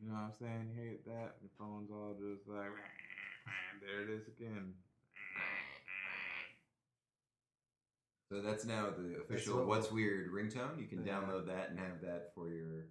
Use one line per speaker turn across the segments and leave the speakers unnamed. You know what I'm saying? You hit that, your phone's all just like, there it is again.
So that's now the official
what-
What's Weird ringtone. You can
Yeah.
download that and have that for your.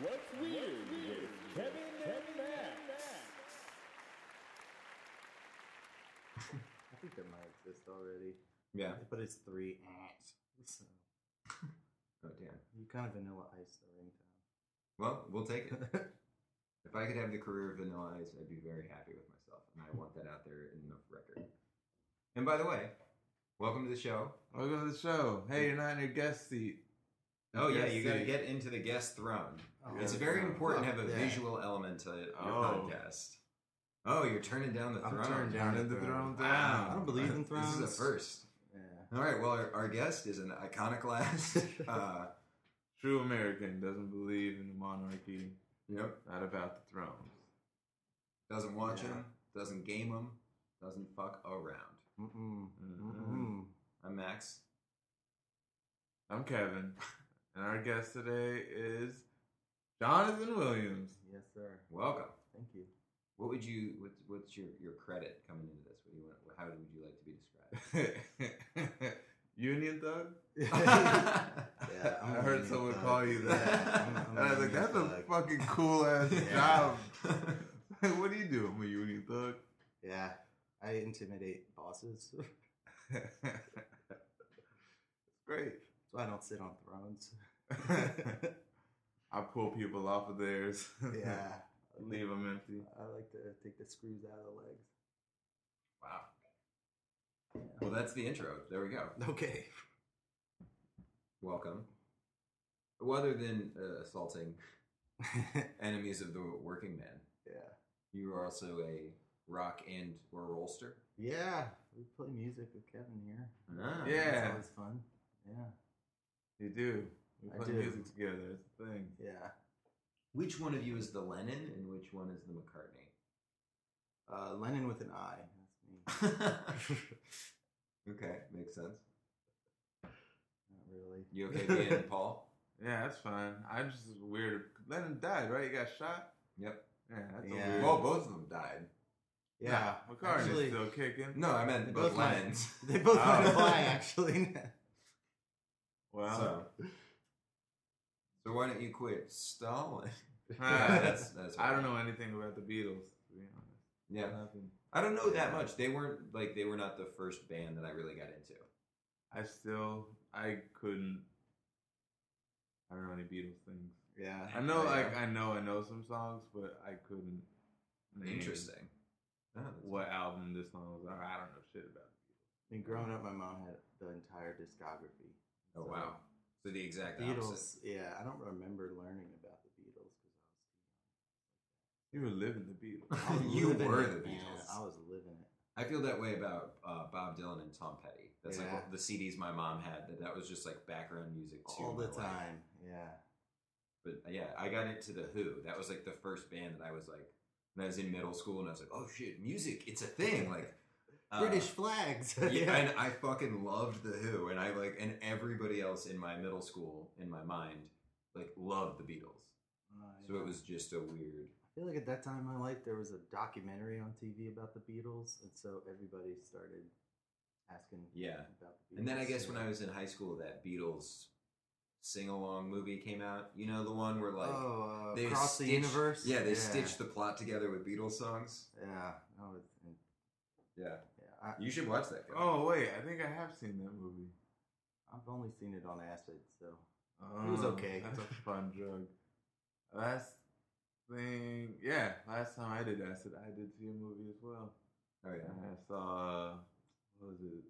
What's Weird with Kevin and Matt?
I think that might exist already.
Yeah.
But it's three ants. So
Oh, damn.
you kind of vanilla ice the ringtone.
Well, we'll take it. if I could have the career of Vanilla Ice, I'd be very happy with myself. And I want that out there in the record. And by the way, welcome to the show.
Welcome to the show. Hey, you're not in your guest seat.
Oh, yeah,
Guest
you got to
seat.
get into the guest throne.
Oh,
It's
yeah.
very important to have a
Yeah.
visual element to your
Oh.
podcast. Oh, you're turning down the
I'm
throne.
turning
Down in the throne down.
I don't believe in thrones.
This is a first.
Yeah.
All right. Well, our, our guest is an iconoclast. uh,
True American doesn't believe in the monarchy,
yep.
not about the throne.
Doesn't watch
Yeah.
him. Doesn't game him. Doesn't fuck around.
Mm-mm.
Mm-hmm.
Mm-mm.
Mm-mm.
I'm Max.
I'm Kevin, and our guest today is Jonathan Williams.
Yes, sir.
Welcome.
Thank you.
What would you? What's, what's your, your credit coming into this? What do you want? How would you like to be described?
Union thug?
Yeah,
I
I'm a
heard
union
someone
thug.
call you that.
Yeah, I'm- I'm
and
a
I was like,
union
that's a
thug.
fucking cool ass
Yeah.
job. Like, what do you do? I'm a union thug.
Yeah. I intimidate bosses. That's
Great.
why I don't sit on thrones.
I pull people off of theirs.
Yeah.
Leave them empty.
I like to take the screws out of the legs.
wow. Well, that's the intro. There we go.
Okay.
Welcome. Well, other than uh, assaulting enemies of the working man,
Yeah.
you are also a rock and or rollster.
Yeah. We play music with Kevin here.
Ah.
Yeah.
It's always fun. Yeah.
You do. We
I
play
do.
music together. It's a thing.
Yeah.
Which one of you is the Lennon and which one is the McCartney?
Uh, Lennon with an I. That's me.
okay, makes sense.
Not really.
You okay being Paul?
Yeah, that's fine. I just was weird. Lennon died, right? He got shot?
Yep.
Yeah, that's
Yeah.
a weird.
Well, both of them died.
Yeah.
Nah, McCartney's
actually,
still kicking.
No, I meant both,
Both mine.
Lennons.
they both
Oh.
went to fly, actually.
Well,
So. so why don't you quit stalling?
Ah,
that's, that's
I don't know anything about the Beatles, to be honest.
Yeah,
Nothing.
I don't know that much. They weren't like they were not the first band that I really got into.
I still, I couldn't. I don't know any Beatles things.
yeah.
I know,
Yeah.
like, I know, I know some songs, but I couldn't. name
Interesting. Oh, that's-
What album this song was on? I don't know shit about.
I mean, growing up, my mom had the entire discography.
Oh
So,
wow. So the exact opposite.
Beatles. Yeah, I don't remember learning about the Beatles because
You were living the Beatles.
I was.
You
living
were
it,
the
man.
Beatles.
I was living it.
I feel that way about uh, Bob Dylan and Tom Petty. That's like
Yeah.
what the CDs my mom had. That that was just like background music to
all
my
the
life.
time. Yeah.
But uh, yeah, I got into the Who. That was like the first band that I was like when I was in middle school, and I was like, oh shit, music, it's a thing. Like uh,
British flags.
yeah, and I fucking loved the Who, and I like, and everybody else in my middle school, in my mind, like loved the Beatles.
Oh,
So
yeah.
it was just a weird.
I feel like at that time in my life, there was a documentary on TV about the Beatles, and so everybody started asking
Yeah.
about the Beatles.
And then I guess when
yeah.
I was in high school, that Beatles sing along movie came out. You know the one where like
oh, uh,
they
across the
stitched-
universe.
Yeah, they stitched the plot together with Beatles songs.
Yeah, that was. and-
Yeah,
Yeah, I,
you should watch that. Guy.
oh wait, I think I have seen that movie.
I've only seen it on acid, so
Oh,
was okay.
That's a fun drug. Last thing, yeah, last time I did acid, I did see a movie as well.
oh yeah.
I saw uh, what was it?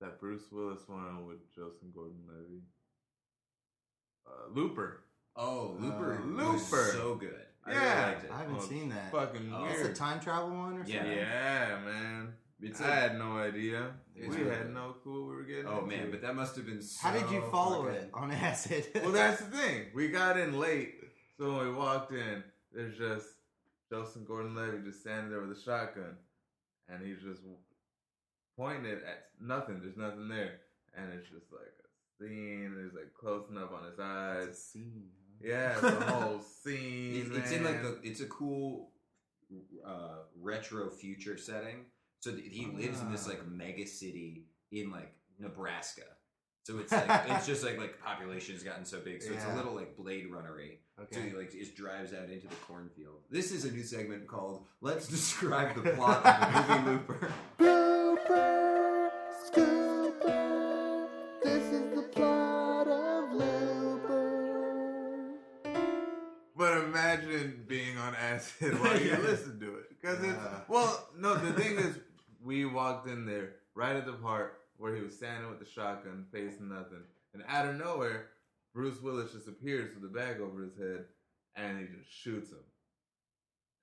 That Bruce Willis one with Justin Gordon-Levy. Uh, Looper.
Oh, Looper,
Uh,
was
Looper.
so good. I
Yeah.
really liked it.
I haven't
Oh,
seen that.
Fucking
Oh.
That's a
weird.
time travel one or
Yeah.
something.
yeah, man.
It's
I
a-
had no idea.
It's
we
really-
had no clue what we were getting.
oh
into.
man, but that must have been. So
How did you follow
fucking-
it on acid?
well, that's the thing. We got in late, so when we walked in, there's just Justin Gordon-Levitt just standing there with a shotgun, and he's just pointing it at nothing. There's nothing there, and it's just like a scene. There's like close enough on his
It's a
eyes.
scene. huh?
Yeah, the whole scene.
It- it's in like
man.
the. It's a cool, uh, retro future setting. So th- he lives in this
Ah.
like mega city in like Nebraska. So it's like it's just like like population has gotten so big. So it's a
Yeah.
little like Blade Runnery. So
Okay.
he like just drives out into the cornfield. This is a new segment called "Let's Describe the Plot of the Movie Looper."
But imagine being on acid while you
Yeah.
listen to it. Because it's,
Yeah.
well, no, the thing is, we walked in there right at the part where he was standing with the shotgun, facing nothing. And out of nowhere, Bruce Willis just appears with a bag over his head and he just shoots him.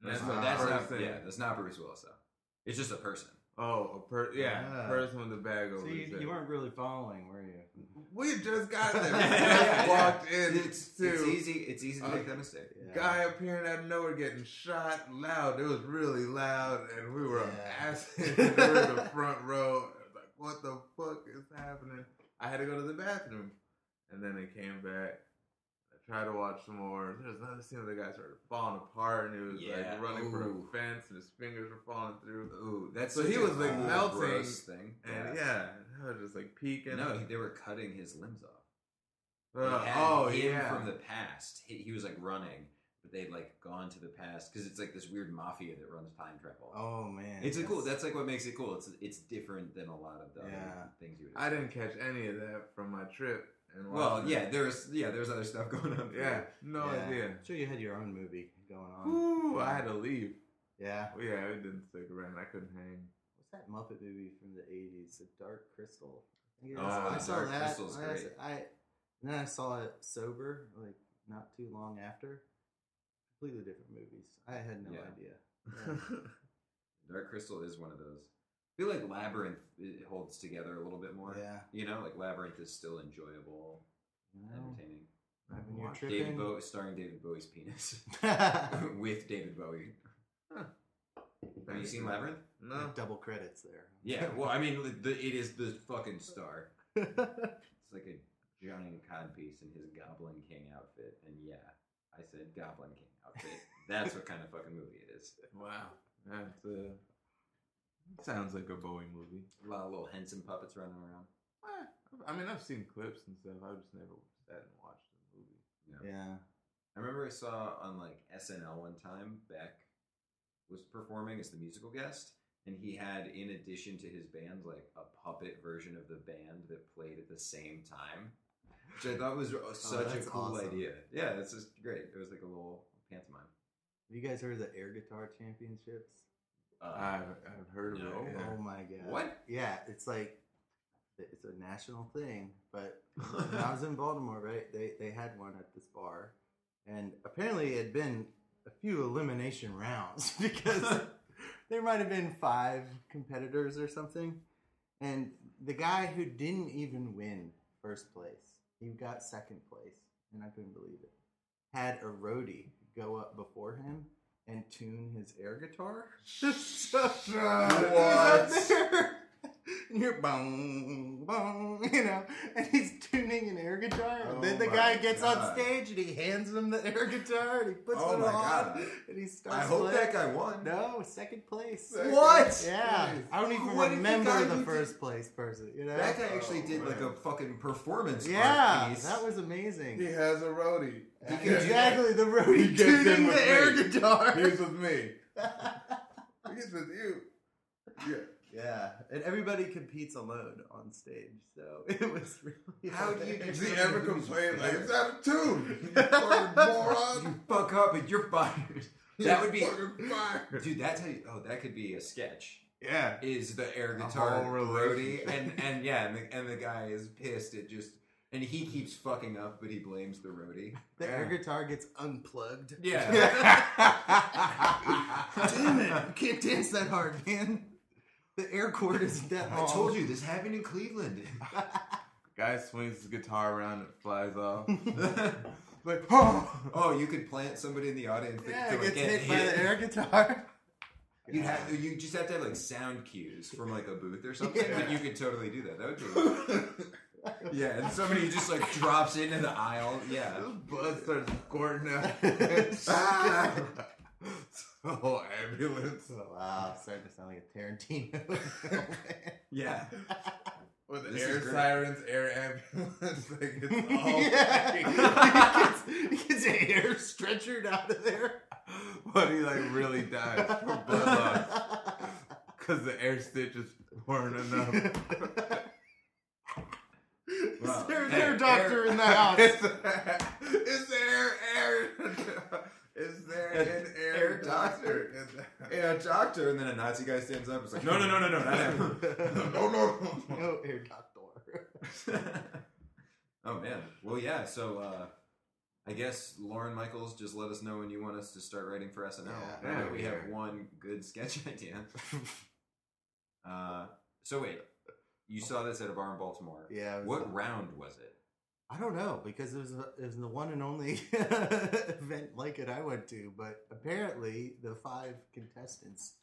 And
That's,
the
not, that's
first
not
thing.
yeah, that's not Bruce Willis though. It's just a person.
Oh, a per- yeah,
Ah.
person with a bag over
So
his
you,
head.
you weren't really following, were you?
we just got there. We
Yeah,
just
yeah.
walked in.
It's,
to-
it's easy. It's easy to
Uh,
make that mistake.
Yeah.
Guy appearing out of nowhere getting shot loud. It was really loud, and we were
Yeah.
acid. we were in the front row. Like, what the fuck is happening? I had to go to the bathroom, and then it came back. I tried to watch some more. There was another scene where the guy started falling apart, and he was
Yeah.
like running for
Ooh.
a fence, and his fingers were falling through.
Ooh, that's
So
such
Uh, he
a
was, like,
cool,
melting,
gross thing.
And yeah, I was just like peeking.
no, he- they were cutting his limbs off.
Uh,
They had
oh
him
yeah,
from the past. He, he was like running, but they'd like gone to the past because it's like this weird mafia that runs time travel.
Oh man.
It's a cool. That's like what makes it cool. It's it's different than a lot of the other
Yeah.
things you. Would
I didn't catch any of that from my trip. And
Well,
watching
yeah,
it.
there's yeah, there's other stuff going on.
yeah, no
Yeah.
idea.
I'm sure you had your own movie going
Um,
on.
Ooh, I had to leave.
Yeah.
Well, yeah, it didn't stick around. I couldn't hang.
What's that Muppet movie from the '80s? The Dark Crystal. I think it
Oh,
was- I
The
saw
Dark
that.
Crystal's
I,
great.
I and then I saw it sober, like not too long after. Completely different movies. I had no
Yeah.
idea.
Dark Crystal is one of those. I feel like Labyrinth it holds together a little bit more.
Yeah.
You know, like Labyrinth is still enjoyable,
Well,
entertaining.
when you're
David
tripping.
Bowie starring David Bowie's penis with David Bowie. Have you seen Labyrinth?
No.
Double credits there.
Yeah. Well, I mean, the, it is the fucking star. It's like a giant codpiece in his Goblin King outfit, and yeah, I said Goblin King outfit. That's what kind of fucking movie it is.
Wow. That's uh, sounds like a Bowie movie.
A lot of little Henson puppets running around.
Eh, I mean, I've seen clips and stuff. I just never sat and watched the movie.
yeah.
I remember I saw on like SNL one time Beck was performing as the musical guest, and he had in addition to his band like a puppet version of the band that played at the same time, which I thought was uh, such a
that's
cool
awesome.
idea. Yeah, that's just great. It was like a little pantomime.
Have you guys heard of the Air Guitar Championships?
Uh,
I've, I've heard of
no.
it.
Oh
Yeah.
my god.
What?
Yeah, it's like it's a national thing, but when I was in Baltimore, right, they they had one at this bar, and apparently it had been a few elimination rounds because there might have been five competitors or something, and the guy who didn't even win first place, he got second place, and I couldn't believe it. Had a roadie go up before him and tune his air guitar.
What?
He's up there, and you're bong bong, you know, and he's tuning an air guitar. And
Oh
then the
my
guy gets on
God.
stage and he hands him the air guitar and he puts
Oh
it
my
on
God.
and he starts.
I hope
playing.
that guy won.
No, second place.
Second
What?
Yeah,
place.
I don't even
What did the guy
remember
who
the
did-
first place person. You know,
That guy actually
Oh,
did like
man.
a fucking performance.
yeah,
art piece.
that was amazing.
He has a roadie.
He can do that.
exactly, the
He
roadie
gets in
tuning
with
the air
me.
guitar.
He's with me. He's with you. Yeah.
yeah, and everybody competes alone on stage, so it was really.
How do you
Does
hilarious.
he ever complain like it's out of tune? You fucking
You
moron.
fuck up and you're fired. That would be.
You're fucking fired.
Dude, that's how you. Oh, that could be a sketch.
Yeah.
Is the air
The
guitar
whole
roadie
relationship.
and and yeah, and the, and the guy is pissed at just and he keeps fucking up, but he blames the roadie.
The air guitar gets unplugged.
Yeah.
Damn it! You can't dance that hard, man. The air cord isn't that
I
long.
told you this happened in Cleveland.
Guy swings his guitar around and it flies off.
like, oh,
oh, you could plant somebody in the audience that
yeah,
could
it gets
like, get
hit,
hit
by the air guitar.
You have you just have to have like sound cues from like a booth or something.
Yeah.
But you could totally do that. That would be yeah. And somebody just like drops into the aisle. Yeah.
This blood starts squirting out.
Ah.
so ambulance
wow, it's Oh, starting to sound like a Tarantino. film.
Yeah.
with
This is
air
great.
sirens, air ambulance. Like
Oh.
it's all
yeah. he gets, he gets an air stretchered out of there.
But he like really dies from blood loss because the air stitches weren't enough.
Wow.
Is there an
Hey,
air doctor
air-
in the house?
Is there, is there air? Is there an air,
Air
doctor? in
Yeah. A doctor, and then a Nazi guy stands up. It's like no, no, no, no, no, not him.
the- no, no, no.
no air doctor.
oh man. Well, yeah. So uh, I guess Lauren Michaels, just let us know when you want us to start writing for SNL.
Yeah,
Now that
yeah,
we
yeah.
have one good sketch idea. Uh, so wait, you saw this at a bar in Baltimore.
Yeah. it was-
What round was it?
I don't know because it was, it was the one and only event like it I went to, but apparently the five contestants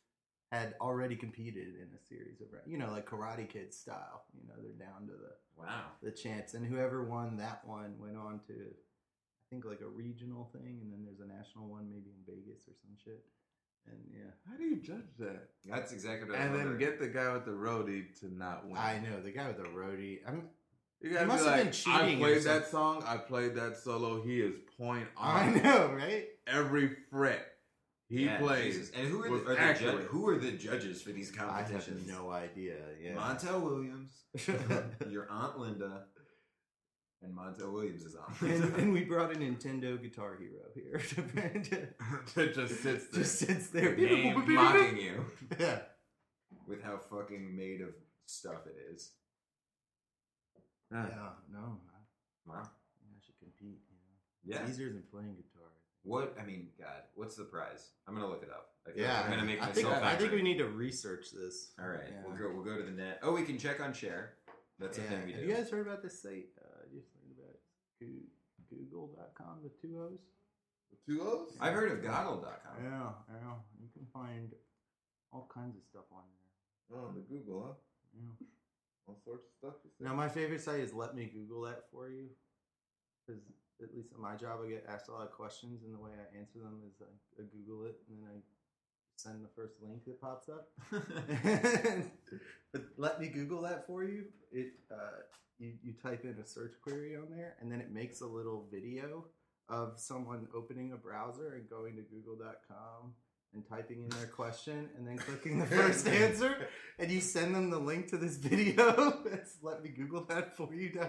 had already competed in a series of, you know, like Karate Kid style. You know, they're down to the,
Wow.
the chance. And whoever won that one went on to, I think, like a regional thing, and then there's a national one maybe in Vegas or some shit. And yeah,
How do you judge that?
That's exactly what I was
And then
wondering.
get the guy with the roadie to not win.
I know the guy with the roadie. I'm,
You gotta
He must
be
have
like,
been
I
cheating or
played that song. I played that solo. He is point
I
on
know, right?
every fret he
Yeah,
plays.
Jesus. And who are,
was
the, are the ju-
accurate.
who are the judges for these
I have
competitions?
no idea. Yeah.
Montel Williams, your aunt Linda, and Montel Williams is on.
and, and we brought a Nintendo Guitar Hero here.
That just sits there.
just sits there.
Name mocking you
Yeah.
with how fucking made of stuff it is.
Ah.
Yeah, no, I,
Wow.
I should compete. You know?
Yeah.
It's easier than playing guitar.
What I mean, God, what's the prize? I'm gonna look it up. I feel
Yeah,
like I'm gonna make
I
myself.
think, I think
angry.
we need to research this.
All right,
Yeah.
we'll go. We'll go to the net. Oh, we can check on share. That's
Yeah.
the thing we do.
Have you guys heard about this site? Uh, I just learned about it. Goo- Google.com with two O's.
Two O's?
I've heard of Goggle.com.
Yeah, yeah. You can find all kinds of stuff on there.
Oh, the Google, huh?
Yeah.
All sorts of stuff. you say.
Now, my favorite site is Let Me Google That For You. Because at least at my job, I get asked a lot of questions, and the way I answer them is I, I Google it and then I send the first link that pops up. but Let Me Google That For You, it uh, you, you type in a search query on there, and then it makes a little video of someone opening a browser and going to google.com and typing in their question and then clicking the first answer and you send them the link to this video. That's let me Google that for you.com.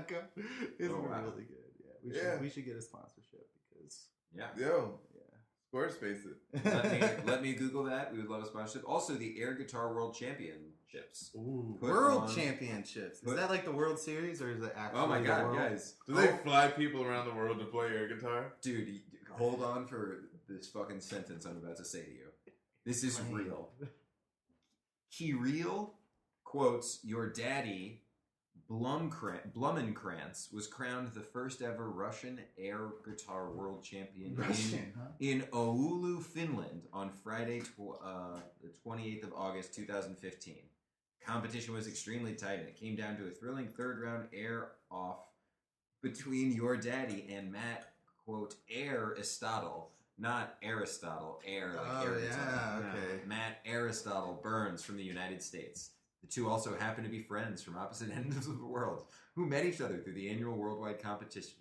It's
Oh, wow.
really good. Yeah, we
Yeah.
should we should get a sponsorship because
yeah.
Yo,
yeah.
Squarespace it.
let, me, let me Google that. We would love a sponsorship. Also, the Air Guitar World Championships.
Ooh,
put
world
on-
championships. Is
put-
that like the World Series or is it actually?
Oh my
the
God,
world?
guys,
Do they
Oh,
fly people around the world to play air guitar?
dude, you- hold on for this fucking sentence I'm about to say to you. This is
Right.
real. Kirill quotes your daddy. Blumkran- Blumenkrantz was crowned the first ever Russian air guitar world champion in
Russian, huh?
in Oulu, Finland, on Friday, tw- uh, the 28th of August, 2015. Competition was extremely tight, and it came down to a thrilling third round air off between your daddy and Matt, quote, Air Aristotle, not Aristotle, air like
Oh
air
yeah,
guitar.
okay.
Matt Aristotle Burns from the United States. The two also happen to be friends from opposite ends of the world who met each other through the annual worldwide competition,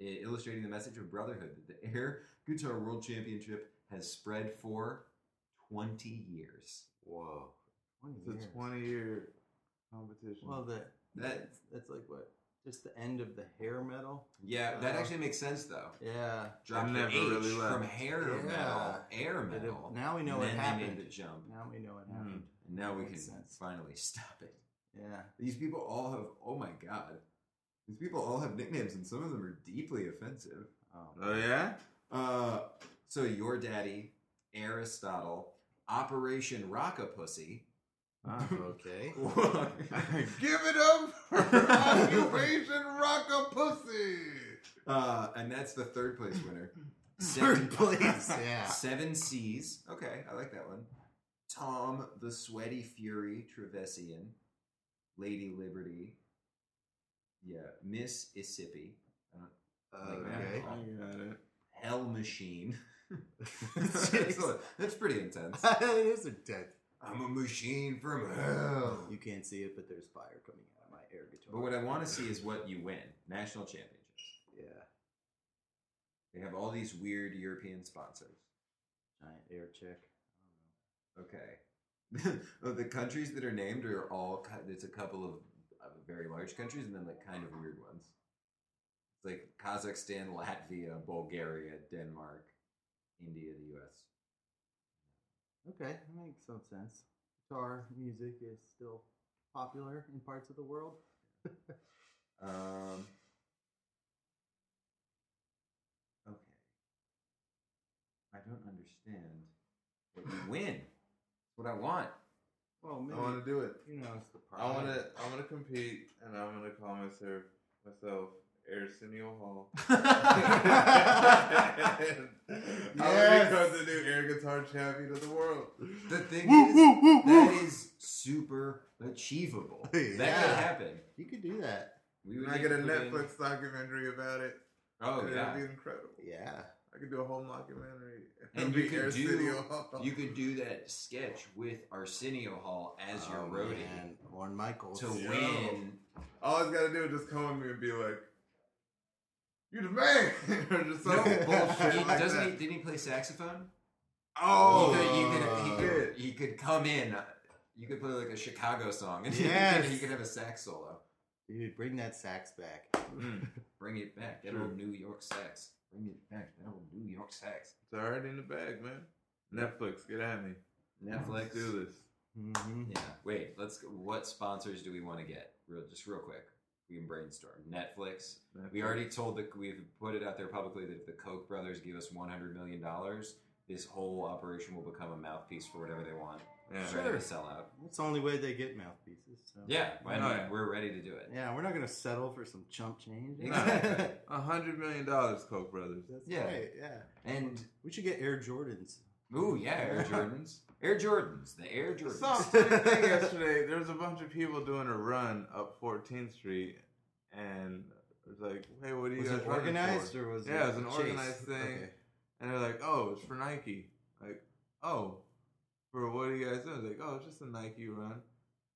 i- illustrating the message of brotherhood that the Air Guitar World Championship has spread for 20 years.
Whoa.
Twenty
It's
years.
a 20 year competition.
Well, the
That-
that's, that's like what just the end of the hair metal.
Yeah, that
Wow.
actually makes sense though.
Yeah.
Dropped
never
the H
really
from
left.
hair
Yeah.
metal, air
But if-
metal.
now we know
and
what
then they made
happened.
the jump.
Now we know what
Hmm.
happened.
And now we can
Makes sense.
finally stop it.
Yeah.
These people all have, oh my god. These people all have nicknames and some of them are deeply offensive.
oh, yeah?
Uh, so your daddy, Aristotle, Operation Rockapussy,
Ah, okay.
Give it up for Occupation Rock a Pussy.
uh, and that's the third place winner.
Third place. Yeah.
Seven C's. Okay, I like that one. Tom the Sweaty Fury Trevesian, Lady Liberty. Yeah, Miss Issippi,
Okay.
I
got it.
Hell Machine. that's,
Jeez.
that's pretty intense.
it is intense.
I'm a machine from hell.
You can't see it, but there's fire coming out of my air guitar.
Oh. But what I want to see is what you win national championships.
Yeah.
They have all these weird European sponsors.
Giant air check.
Okay. Well, the countries that are named are all ki- it's a couple of, of very large countries and then like kind of weird ones. It's like Kazakhstan, Latvia, Bulgaria, Denmark, India, the US.
Okay, that makes some sense. Guitar music is still popular in parts of the world.
Um, okay. I don't understand. But you win. What I want.
Well,
I
maybe
want to do it.
you know it's the
I
problem.
want to. I want to compete, and I'm gonna call myself myself Arsenio Hall.
Yes.
I'm gonna become the new air guitar champion of the world.
the thing
Woo,
is,
woo, woo, woo.
that is super achievable. That
Yeah.
could happen.
You could do that.
We
When
would
I get a
put in-
Netflix documentary about it.
Oh
it'd
yeah,
be incredible.
Yeah.
I could do a whole mockumentary.
And
It'd
you
be
could do-
Arsenio Hall.
you could do that sketch with Arsenio Hall as your
Oh,
roadie
man. Orrin Michaels.
to
Yeah.
win.
All I gotta do is just come at me and be like, "You the man," or just some
No
bullshit
bullshit.
like
doesn't
that.
he? Didn't he play saxophone?
Oh,
you could, you could, he,
uh,
could, he could come in. uh, You could play like a Chicago song, and he,
Yes.
could, he could have a sax solo.
Dude, bring that sax back.
Hmm.
Mm.
Bring it back, that
True.
old New York sax. Bring it back, that old New York sax.
it's already in the bag, man. Netflix, get at me.
Netflix.
Let's do this.
hmm
Yeah. Wait. Let's. What sponsors do we want to get? Real, just real quick. We can brainstorm. Netflix. We already told that we've put it out there publicly that if the Koch brothers give us one hundred million dollars, this whole operation will become a mouthpiece for whatever they want.
Yeah.
Ready
Sure.
to sell out.
It's the only way they get mouthpieces. So.
Yeah. Why
Oh,
not?
yeah.
We're ready to do it.
Yeah, we're not going to settle for some chump change.
Exactly.
A hundred million dollars, Koch brothers.
That's
Yeah.
right. Yeah.
And
We should get Air Jordans.
ooh yeah, Air Jordans. Air Jordans. The Air
I saw a
Jordans.
funny thing yesterday. There was a bunch of people doing a run up 14th Street, and it was like, "Hey, what are you
Was
guys
it
running
organized
for?"
or was it?
Yeah, it was an
chase?
organized thing.
Okay.
And they're like, "Oh, it's for Nike." Like, "Oh, for what are you guys doing?" It's like, "Oh, it's just a Nike run."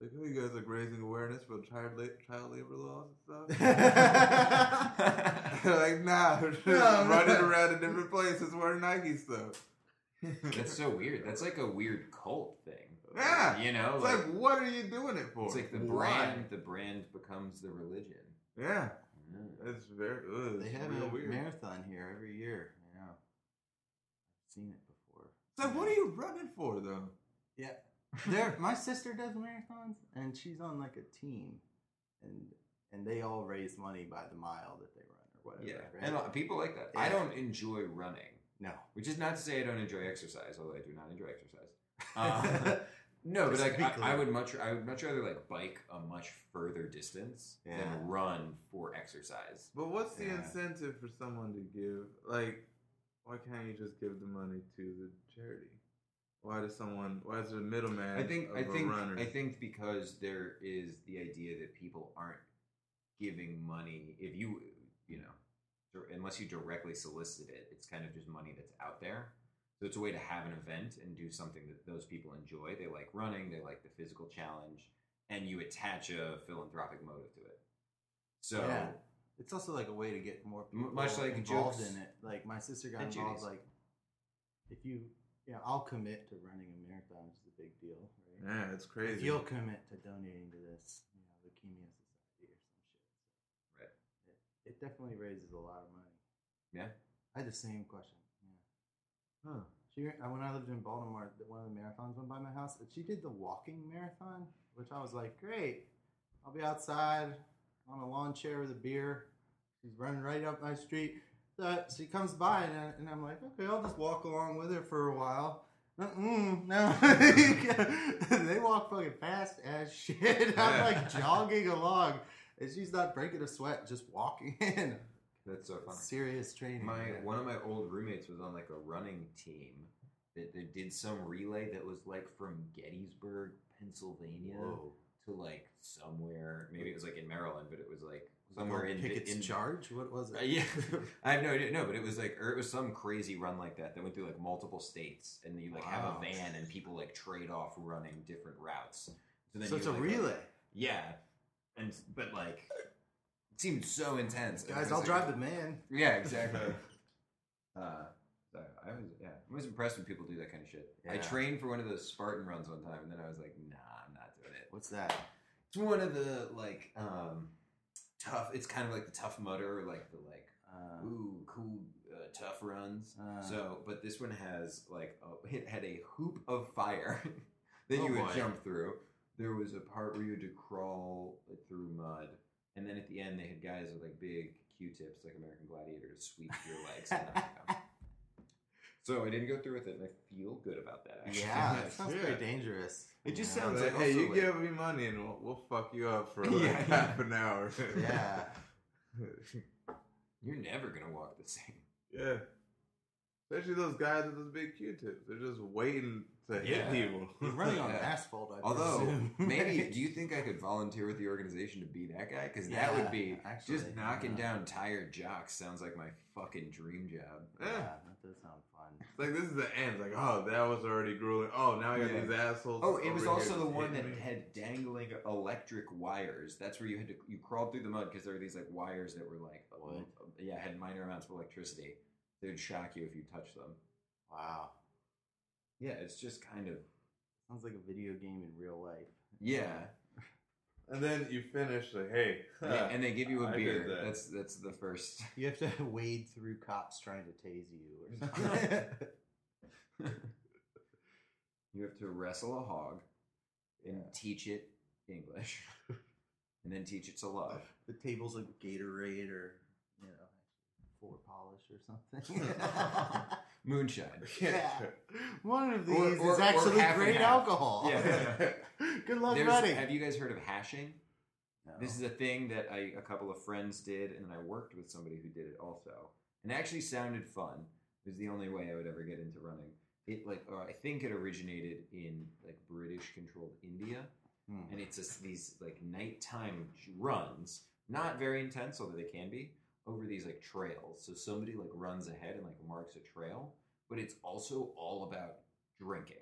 Like, oh, you guys like raising awareness for child la- child labor laws and stuff. They're like, nah, we're just
No, no.
running around in different places wearing Nike stuff.
That's so weird. That's like a weird cult thing.
Yeah.
You know.
It's
like-
like, what are you doing it for?
It's like the
Why?
brand. The brand becomes the religion.
yeah,
Mm.
it's very. Ugh, it's
They have
real
a
weird.
marathon here every year. Yeah. I've seen it before.
It's like, what are you running for though?
there my sister does marathons and she's on like a team and and they all raise money by the mile that they run or whatever.
Yeah,
right?
and a lot of people like that. I
Yeah.
don't enjoy running,
no.
which is not to say I don't enjoy exercise, although I do not enjoy exercise. Uh, no, but
Uh-huh. Just
like
be
I, I
clear.
would much, I would much rather like bike a much further distance
Yeah.
than run for exercise.
But what's the
Yeah.
incentive for someone to give? Like, why can't you just give the money to the charity? Why does someone? Why is there a middleman?
I think,
of
I
a
think,
runner?
I think because there is the idea that people aren't giving money if you, you know, dir- unless you directly solicit it, it's kind of just money that's out there. So it's a way to have an event and do something that those people enjoy. They like running, they like the physical challenge, and you attach a philanthropic motive to it. So
Yeah. It's also like a way to get more people
M- much like
involved
jokes
in it. Like my sister got
and
involved
Judy's.
like if you yeah, I'll commit to running a marathon, which is a big deal, right?
yeah, it's
If
crazy.
you'll commit to donating to this, you know, leukemia society or some shit.
Right.
It, it definitely raises a lot of money.
Yeah.
I had the same question. Yeah.
Huh.
She, uh, when I lived in Baltimore, th- one of the marathons went by my house. and She did the walking marathon, which I was like, great. I'll be outside on a lawn chair with a beer. She's running right up my street. So she comes by, and, I, and I'm like, okay, I'll just walk along with her for a while. Mm-mm, no. they walk fucking fast as shit. I'm like jogging along, and she's not breaking a sweat, just walking in.
That's so funny.
Serious training.
My
man.
one of my old roommates was on like a running team that, that did some relay that was like from Gettysburg, Pennsylvania,
Whoa.
to like somewhere. Maybe it was like in Maryland, but it was like somewhere in
Pickett's
in,
charge. What was
Uh,
it?
yeah, I have no idea. No, but it was like, or it was some crazy run like that that went through like multiple states, and you like have
Wow.
a van, and people like trade off running different routes. So,
so
you,
it's a
like, uh,
relay,
yeah, and but like, it seemed so intense. And it
guys.
was,
I'll
like-
drive the man.
Yeah, exactly. uh, so I was yeah, I was impressed when people do that kind of shit. I
Yeah.
trained for one of those Spartan runs one time, and then I was like, nah, I'm not doing it.
What's that?
It's one of the like um tough. It's kind of like the tough mudder, like the like
Uh,
ooh cool uh, tough runs.
uh,
So, but this one has like a, it had a hoop of fire that
Oh,
you would
boy.
jump through. There was a part where you had to crawl through mud, and then at the end they had guys with like big Q-tips, like American Gladiators, sweep your legs. and knock you out. so I didn't go through with it, and I feel good about that. Actually.
yeah, that sounds
Yeah.
pretty dangerous.
It just
Yeah.
sounds
Like,
like
hey,
also,
you
like-
give me money and we'll, we'll fuck you up for like
Yeah.
half an hour.
yeah.
You're never gonna walk the same.
yeah. Especially those guys with those big Q-tips. They're just waiting to
Yeah.
hit people.
You're running on
Yeah.
asphalt. I
Although,
presume.
maybe do you think I could volunteer with the organization to be that guy? Because that
Yeah,
would be
actually,
just knocking
yeah.
down tired jocks. Sounds like my fucking dream job.
Yeah,
Yeah.
that does sound fun.
It's like this is the end. Like, oh, that was already grueling. Oh, now I got
Yeah.
these assholes.
Oh, it was
over
also
here
the one that
hitting me.
had dangling electric wires. That's where you had to you crawled through the mud because there were these like wires that were like um, yeah had minor amounts of electricity. They would shock you if you touched them.
Wow,
Yeah, it's just kind of
sounds like a video game in real life.
yeah.
And then you finish like, hey,
And they- and they give you a
I did
beer.
that.
That's that's the first.
You have to wade through cops trying to tase you or something.
You have to wrestle a hog and teach it English, and then teach it to love.
the table's like Gatorade or you know, floor polish or something.
Moonshine.
yeah. One of these
Or- or-
is
or
actually
half and
great
half.
alcohol.
Yeah.
Good luck
There's-
running.
have you guys heard of hashing?
No.
This is a thing that I, a couple of friends did, and then I worked with somebody who did it also. And it actually sounded fun. It was the only way I would ever get into running. It like, or I think it originated in like British controlled India,
Hmm.
and it's just these like nighttime j- runs, not very intense, although they can be, over these like trails. So somebody like runs ahead and like marks a trail, but it's also all about drinking.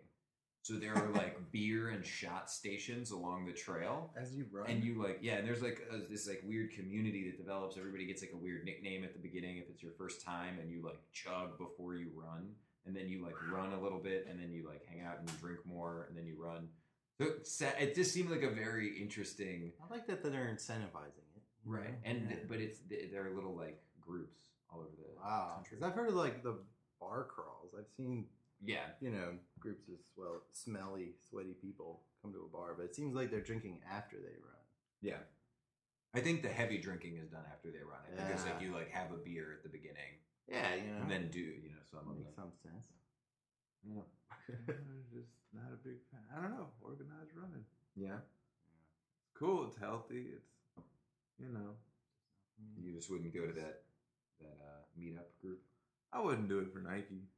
So there are like beer and shot stations along the trail,
As you run,
and you like yeah and there's like a, this like weird community that develops everybody gets like a weird nickname at the beginning if it's your first time and you like chug before you run and then you like run a little bit and then you like hang out and drink more and then you run so it sa- it just seemed like a very interesting
I like that they're incentivizing it. you know?
and
Yeah.
but it's they're little like groups all over the
wow,
country
because I've heard of like the bar crawls. I've seen
yeah
you know, groups of swell, smelly, sweaty people come to a bar, but it seems like they're drinking after they run.
yeah i think the heavy drinking is done after they run i think it's like
Yeah.
you like have a beer at the beginning
Yeah, you know,
and then do you know some of
makes
them
some sense.
yeah
I'm just not a big fan. I don't know. Organized running.
yeah
Cool. It's healthy. It's, you know,
You just wouldn't go to that that uh, meetup group.
I wouldn't do it for Nike.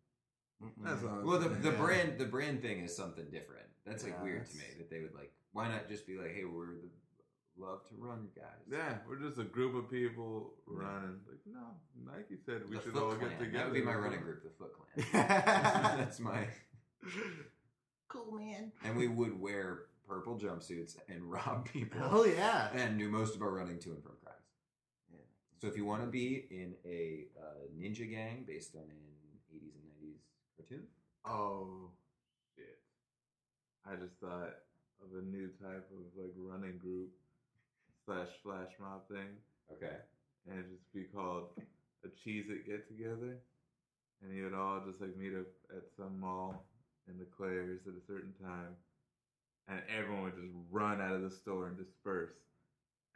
That's all.
Well, the, the
Yeah.
brand the brand thing is something different. That's like
Yeah,
weird to me
that's-
that they would like. Why not just be like, hey, we're the love to run guys.
Yeah, we're just a group of people running. Like, no, Nike said we
The
should
Foot
all get
Clan.
together.
That would be my
and
running
run.
group, the Foot Clan. That's my.
cool man.
And we would wear purple jumpsuits and rob people
Oh yeah.
and do most of our running to and from crimes. So if you want to be in a uh, ninja gang based on an 80s and 90s cartoon,
Oh, shit. I just thought of a new type of like running group slash flash mob thing,
okay,
and it'd just be called a cheese it get together. And you would all just like meet up at some mall in the Claire's at a certain time, and everyone would just run out of the store and disperse.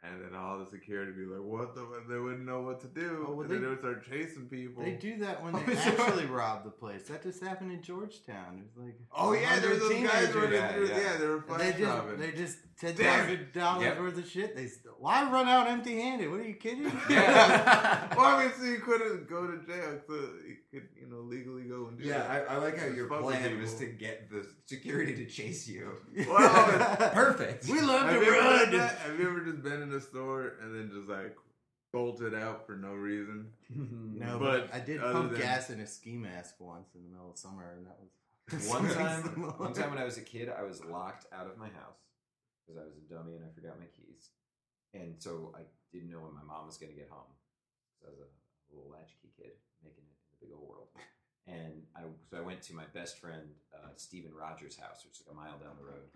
And then all the security be like, "What the?" They wouldn't know what to do.
Oh, well,
and then
they-
they would start chasing people.
They do that when they
Oh, sorry.
actually rob the place. That just happened in Georgetown. It was like
Oh yeah, there were
100
those guys
teenagers.
running
Yeah,
through.
yeah.
Yeah, they were
And They
flash
just,
robbing.
they just ten
Damn
thousand
it.
dollars
Yep.
worth of shit. They st- why run out empty handed? What are you kidding?
Yeah. well, I mean, so you couldn't go to jail, so you could, you know, legally go and do
Yeah,
that.
I, I like how your
Fuck with
plan
people.
was to get the security to chase you.
Well,
Perfect.
we love
have,
to
you ever done
run.
that? have you ever just been in a store and then just like bolted out for no reason?
No,
But
but, I did
other
pump
than-
gas in a ski mask once in the middle of summer, and that was
one time, one time when I was a kid, I was locked out of my house because I was a dummy and I forgot my keys, and so I didn't know when my mom was going to get home. So I was a little latchkey kid making it in the big old world, and I so I went to my best friend uh, Stephen Rogers' house, which is like a mile down the road.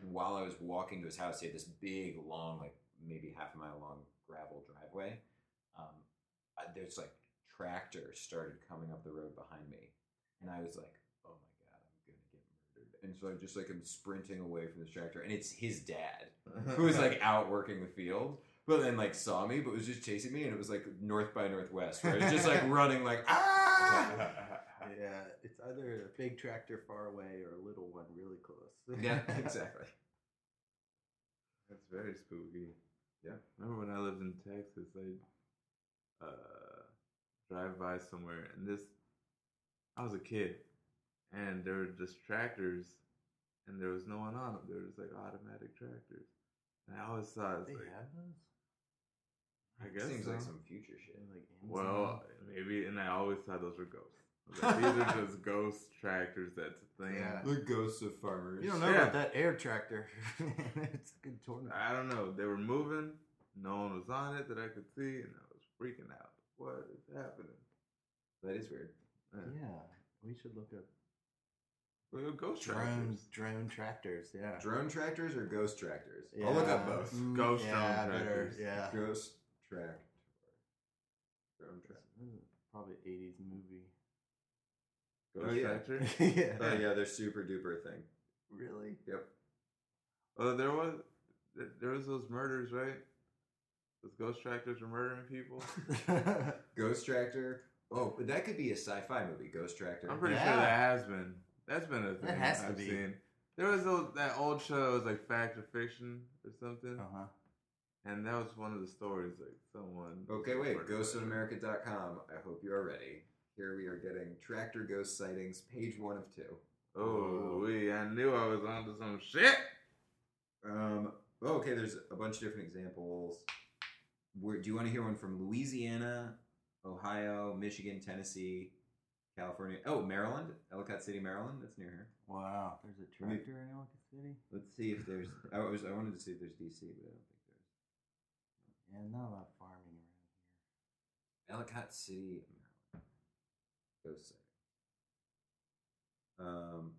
And while I was walking to his house, he had this big, long, like maybe half a mile long gravel driveway. Um, I- there's like tractor started coming up the road behind me, and I was like, "Oh my god, I'm gonna get murdered!" And so I just like I'm sprinting away from this tractor, and it's his dad who was like out working the field, but then like saw me, but was just chasing me, and it was like north by northwest, where I was just like running like ah.
yeah, it's either a big tractor far away or a little one really close.
Yeah, exactly.
That's very spooky.
Yeah.
Remember when I lived in Texas, I uh, drive by somewhere and this I was a kid and there were just tractors and there was no one on them. There was like automatic tractors. And I always thought it's
They
like,
have those?
I guess
Seems like
so.
some future shit.
Like Amazon?
Well, maybe and I always thought those were ghosts. I was like, These are just ghost tractors, that's a thing.
Yeah.
The ghosts of farmers.
you don't know
yeah.
about that air tractor. it's a good tournament.
I don't know. They were moving. No one was on it that I could see, and I was freaking out. What is happening?
That is weird.
Yeah.
Yeah, we should look up
We were ghost
drone
tractors.
drone tractors. Yeah,
Drone tractors or ghost tractors?
yeah.
I'll look up both.
Mm,
Ghost
yeah,
drone
better,
tractors.
Yeah,
Ghost tractor. Drone tractor.
probably eighties movie.
Ghost
Oh, yeah.
tractor.
yeah,
Oh yeah, they're super duper thing.
really.
Yep.
Oh, there was there- there was those murders, right? Those ghost tractors were murdering people.
Uh-huh.
Ghost tractor. Oh, but that could be a sci-fi movie. Ghost tractor.
I'm pretty
Yeah.
sure that has been. That's been a thing
has to
I've
be.
seen. There was those, that old show, it was like Fact or Fiction or something,
uh huh.
and that was one of the stories. Like someone.
Okay, wait.
Murdered them.
GhostofAmerica.com. I hope you are ready. Here we are getting tractor ghost sightings, page one of two.
Oh, we! I knew I was onto some shit.
Um, oh, okay, there's a bunch of different examples. Where, do you want to hear one from Louisiana, Ohio, Michigan, Tennessee, California? Oh, Maryland, Ellicott City, Maryland. That's near here.
Wow, there's a
Let me-
tractor in Ellicott City.
Let's see if there's. I was. I wanted to see if there's DC, but I
Yeah, not a lot of farming around
don't think there's. Ellicott City, Maryland. Ghost sighting. Um,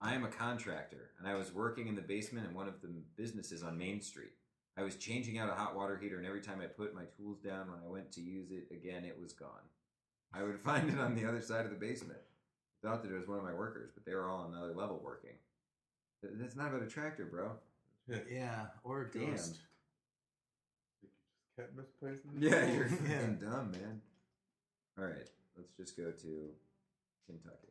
I am a contractor, and I was working in the basement in one of the businesses on Main Street. I was changing out a hot water heater, and every time I put my tools down, when I went to use it again, it was gone. I would find it on the other side of the basement. Thought that it was one of my workers, but they were all on another level working. Th- That's not about a tractor, bro.
here. Yeah, or a
Damn.
ghost.
Kept misplacing.
Yeah, you're
Yeah.
fucking dumb, Oh, man. All right, let's just go to Kentucky.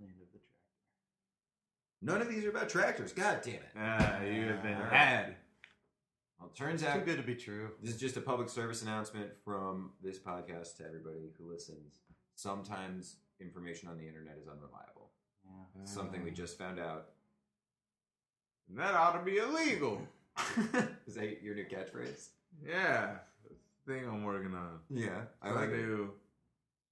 Land of the tractor.
None of these are about tractors. God damn it!
Ah, you have been
Ah.
had.
Well, turns out
Too good to be true.
This is just a public service announcement from this podcast to everybody who listens. Sometimes information on the internet is unreliable.
Yeah.
It's Something we just found out.
That ought to be illegal.
is that your new catchphrase?
Yeah, that's the thing I'm working on.
Yeah, I
So
like it.
do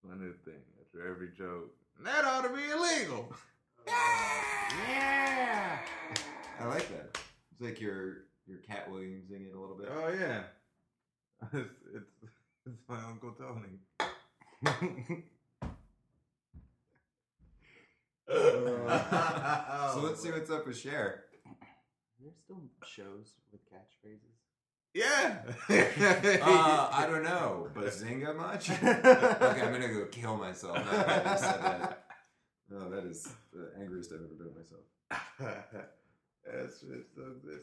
my new thing after every joke. That ought to be illegal.
Yeah.
I like that. It's like your your Cat Williamsing it a little bit.
Oh yeah, it's it's, it's my uncle Tony.
Oh,
so let's see what's up with Cher.
There's still shows with catchphrases.
Yeah.
Uh, I don't know. Bazinga much? okay, I'm gonna go kill myself. now that I just said that. Oh, that is the angriest I've ever been at myself.
That's just so good.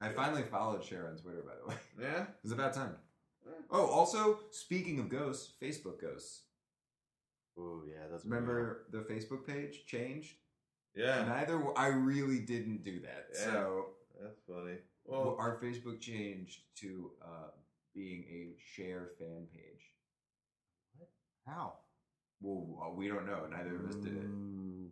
I finally followed Cher on Twitter, by the way.
Yeah?
It was about time. Oh, also, speaking of ghosts, Facebook ghosts.
Oh yeah, that's
Remember the Facebook page changed?
Yeah.
Neither I really didn't do that.
Yeah.
So
That's funny.
Well,
Well,
our Facebook changed to uh, being a share fan page.
how?
Well, we don't know. Neither of us did it.
Mm,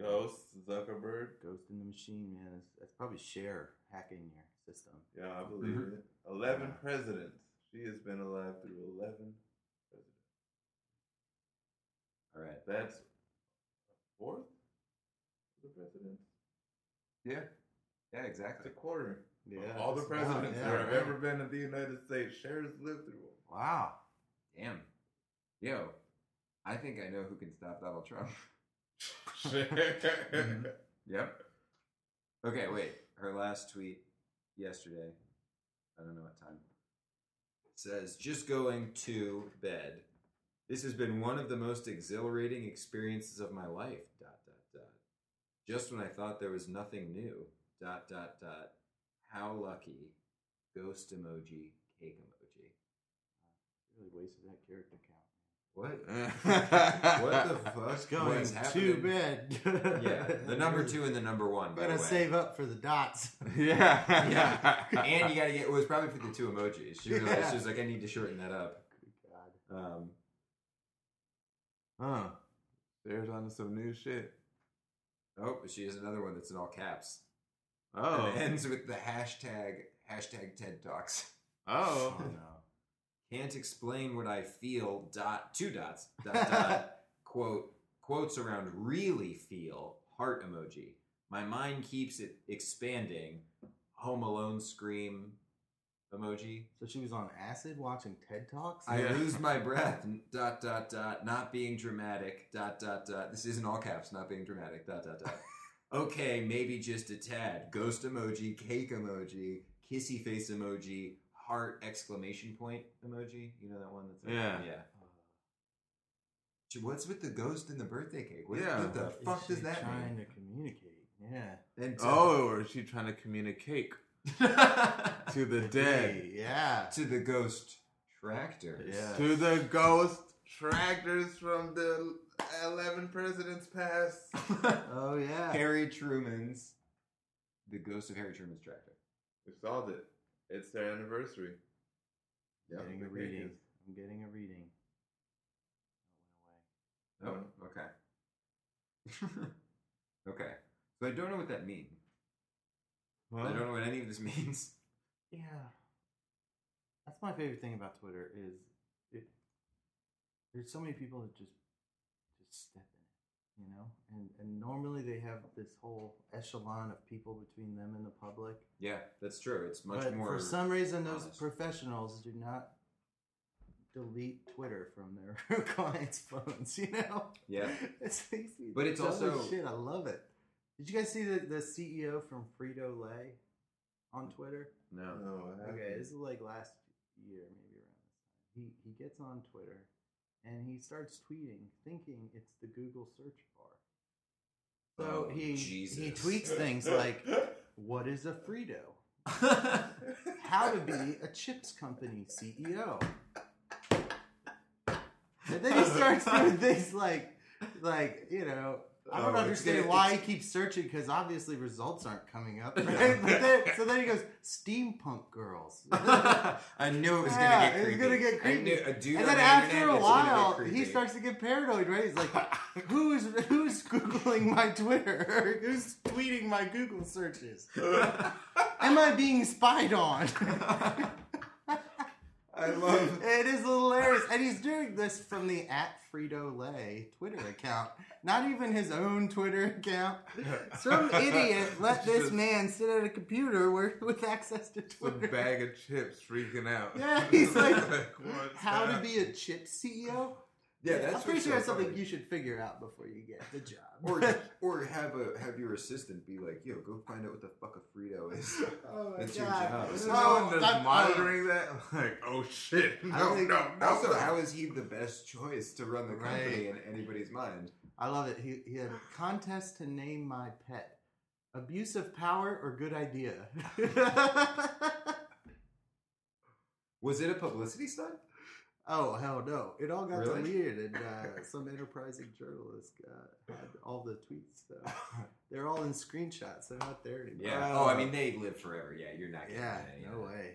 Ghost, Zuckerberg.
Ghost in the machine, man. That's, that's probably share hacking your system.
Yeah, I believe
Mhm.
it. 11
Yeah.
presidents. She has been alive through 11 presidents.
All right.
That's fourth of the presidents.
Yeah. Yeah.
That's a
Exactly.
quarter.
Yeah,
Of all the
that's a lot,
presidents
yeah,
that have
right.
ever been in the United States, Cher's lived through them.
Wow.
Damn. Yo, I think I know who can stop Donald Trump.
Cher.
yep. Okay. Wait. Her last tweet yesterday. I don't know what time. Says just going to bed. This has been one of the most exhilarating experiences of my life. Dot dot dot. Just when I thought there was nothing new. Dot dot dot. How lucky. Ghost emoji. Cake emoji.
Really wasted that character count.
What?
what
What the fuck?
It's going
was
too
happening?
bad.
Yeah, the number two and the number one. By
Gotta
the way.
save up for the dots.
Yeah.
Yeah. and you gotta get. It was probably for the two emojis. She was, like,
Yeah.
she was like, I need to shorten that up.
Good
Um,
Huh. There's on to some new shit.
oh, she has another one that's in all caps.
Oh.
And it ends with the hashtag hashtag TED Talks.
oh.
God.
Can't explain what I feel. Dot two dots. Dot dot. quote quotes around really feel heart emoji. My mind keeps it expanding. Home Alone scream emoji.
So she was on acid watching TED Talks?
I
Yeah.
lose my breath. Dot dot dot. Not being dramatic. Dot dot dot. This isn't all caps. Not being dramatic. Dot dot dot. okay, maybe just a tad. Ghost emoji. Cake emoji. Kissy face emoji. Heart exclamation point emoji. You know that one that's
Yeah.
yeah. Gee, What's with the ghost and the birthday cake? What,
Yeah.
what the
Uh, Is
fuck does
she
that
trying
mean?
to communicate. Yeah.
And
Oh, or is she trying to communicate
to
to the dead?
Hey, yeah.
to the ghost tractor.
Yeah.
To the ghost tractors from the 11 presidents past.
Oh, yeah.
Harry Truman's, the ghost of Harry Truman's tractor.
We solved it. It's their anniversary.
I'm getting a
Okay,
reading.
yes.
I'm getting a reading.
Oh, okay. okay. So I don't know what that means.
Huh?
I don't know what any of this means.
Yeah. That's my favorite thing about Twitter is it. There's so many people that just just step in it, you know. And and normally they have this whole echelon of people between them and the public.
Yeah, that's true. It's much
but
more.
for some reason, those
honest.
professionals do not delete Twitter from their clients' phones. You know.
Yeah.
It's easy.
But it's
dumb as
also-
shit. I love it. Did you guys see the, the CEO from Frito Lay on Twitter?
No.
No, I
Okay,
haven't.
this is like last year, maybe around this time. He he gets on Twitter and he starts tweeting, thinking it's the Google search bar. So
Oh,
he
Jesus.
he tweets things like, "What is a Frito? How to be a chips company CEO?" And then he starts doing things like, like you know. I
Oh,
don't
it's
understand
gonna-
why he
it's-
keeps searching because obviously results aren't coming up. Right? But then, so then he goes, "Steampunk girls."
I knew it was
Yeah,
gonna get
it was
creepy.
gonna get
I
creepy.
knew, a dude
and
on
then
the
after
internet,
a
it's gonna get
while,
creepy.
he starts to get paranoid, right? He's like, "Who's who's googling my Twitter? who's tweeting my Google searches? Am I being spied on?"
I love.
it is hilarious, and he's doing this from the at Frito Lay Twitter account, not even his own Twitter account. Some idiot let this
Just
man sit at a computer where, with access to
a
Twitter.
bag of chips freaking out.
Yeah, he's like,
what's
How to
that?
be a chip CEO?
Yeah, that's
I'm pretty
what's
sure
so
that's something
funny.
you should figure out before you get the job.
or or have a have your assistant be like, yo, go find out what the fuck a Frito is.
oh
That's your job.
Is
So,
there no
No,
one that's
that- um,
monitoring that? Like, oh shit.
I
No,
don't think-
no, no.
Also, how is he the best choice to run the company in anybody's mind?
I love it. He, he had contest to name my pet. Abuse of power or good idea?
Was it a publicity stunt?
oh, hell no. It all got
Really?
deleted, and uh, some enterprising journalist uh, had all the tweets, though. They're all in screenshots. They're not there anymore.
Yeah.
Uh,
Oh, I mean, they live forever. Yeah, you're not. Getting
yeah,
any of
no
that.
way.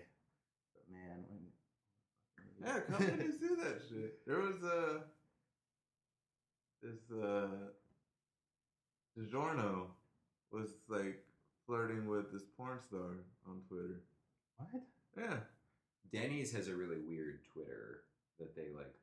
But man, when.
Yeah, companies do that shit. There was a this uh DiGiorno was like flirting with this porn star on Twitter.
what?
Yeah.
Denny's has a really weird Twitter that they like.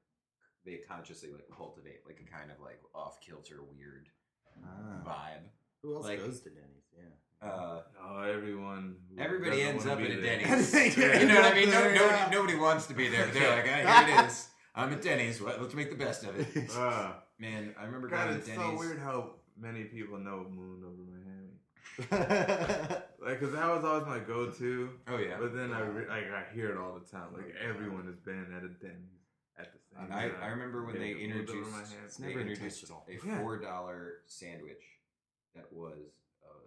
They consciously like cultivate like a kind of like off kilter weird
Ah.
vibe.
Who else
Like-
goes to Denny's? Yeah.
Uh,
Oh, everyone. who
everybody
doesn't
ends
wanna
up
be
at a
there.
Denny's.
Yeah.
you know what I mean? No,
Yeah.
nobody, nobody wants to be there. but They're like, ah, here it is. I'm at Denny's. Well, Let's make the best of it.
Uh,
Man, I remember
God,
going to
it's so
Denny's.
weird how many people know Moon over Miami. Like, cause that was always my go-to.
Oh yeah.
But then I re- like I hear it all the time. Like everyone has been at a Denny's at the same
And
time.
I, I remember when they
Getting the mood over
introduced
my hand.
It's
they
never
introduced
intentional.
a
Yeah.
four dollar sandwich that was uh,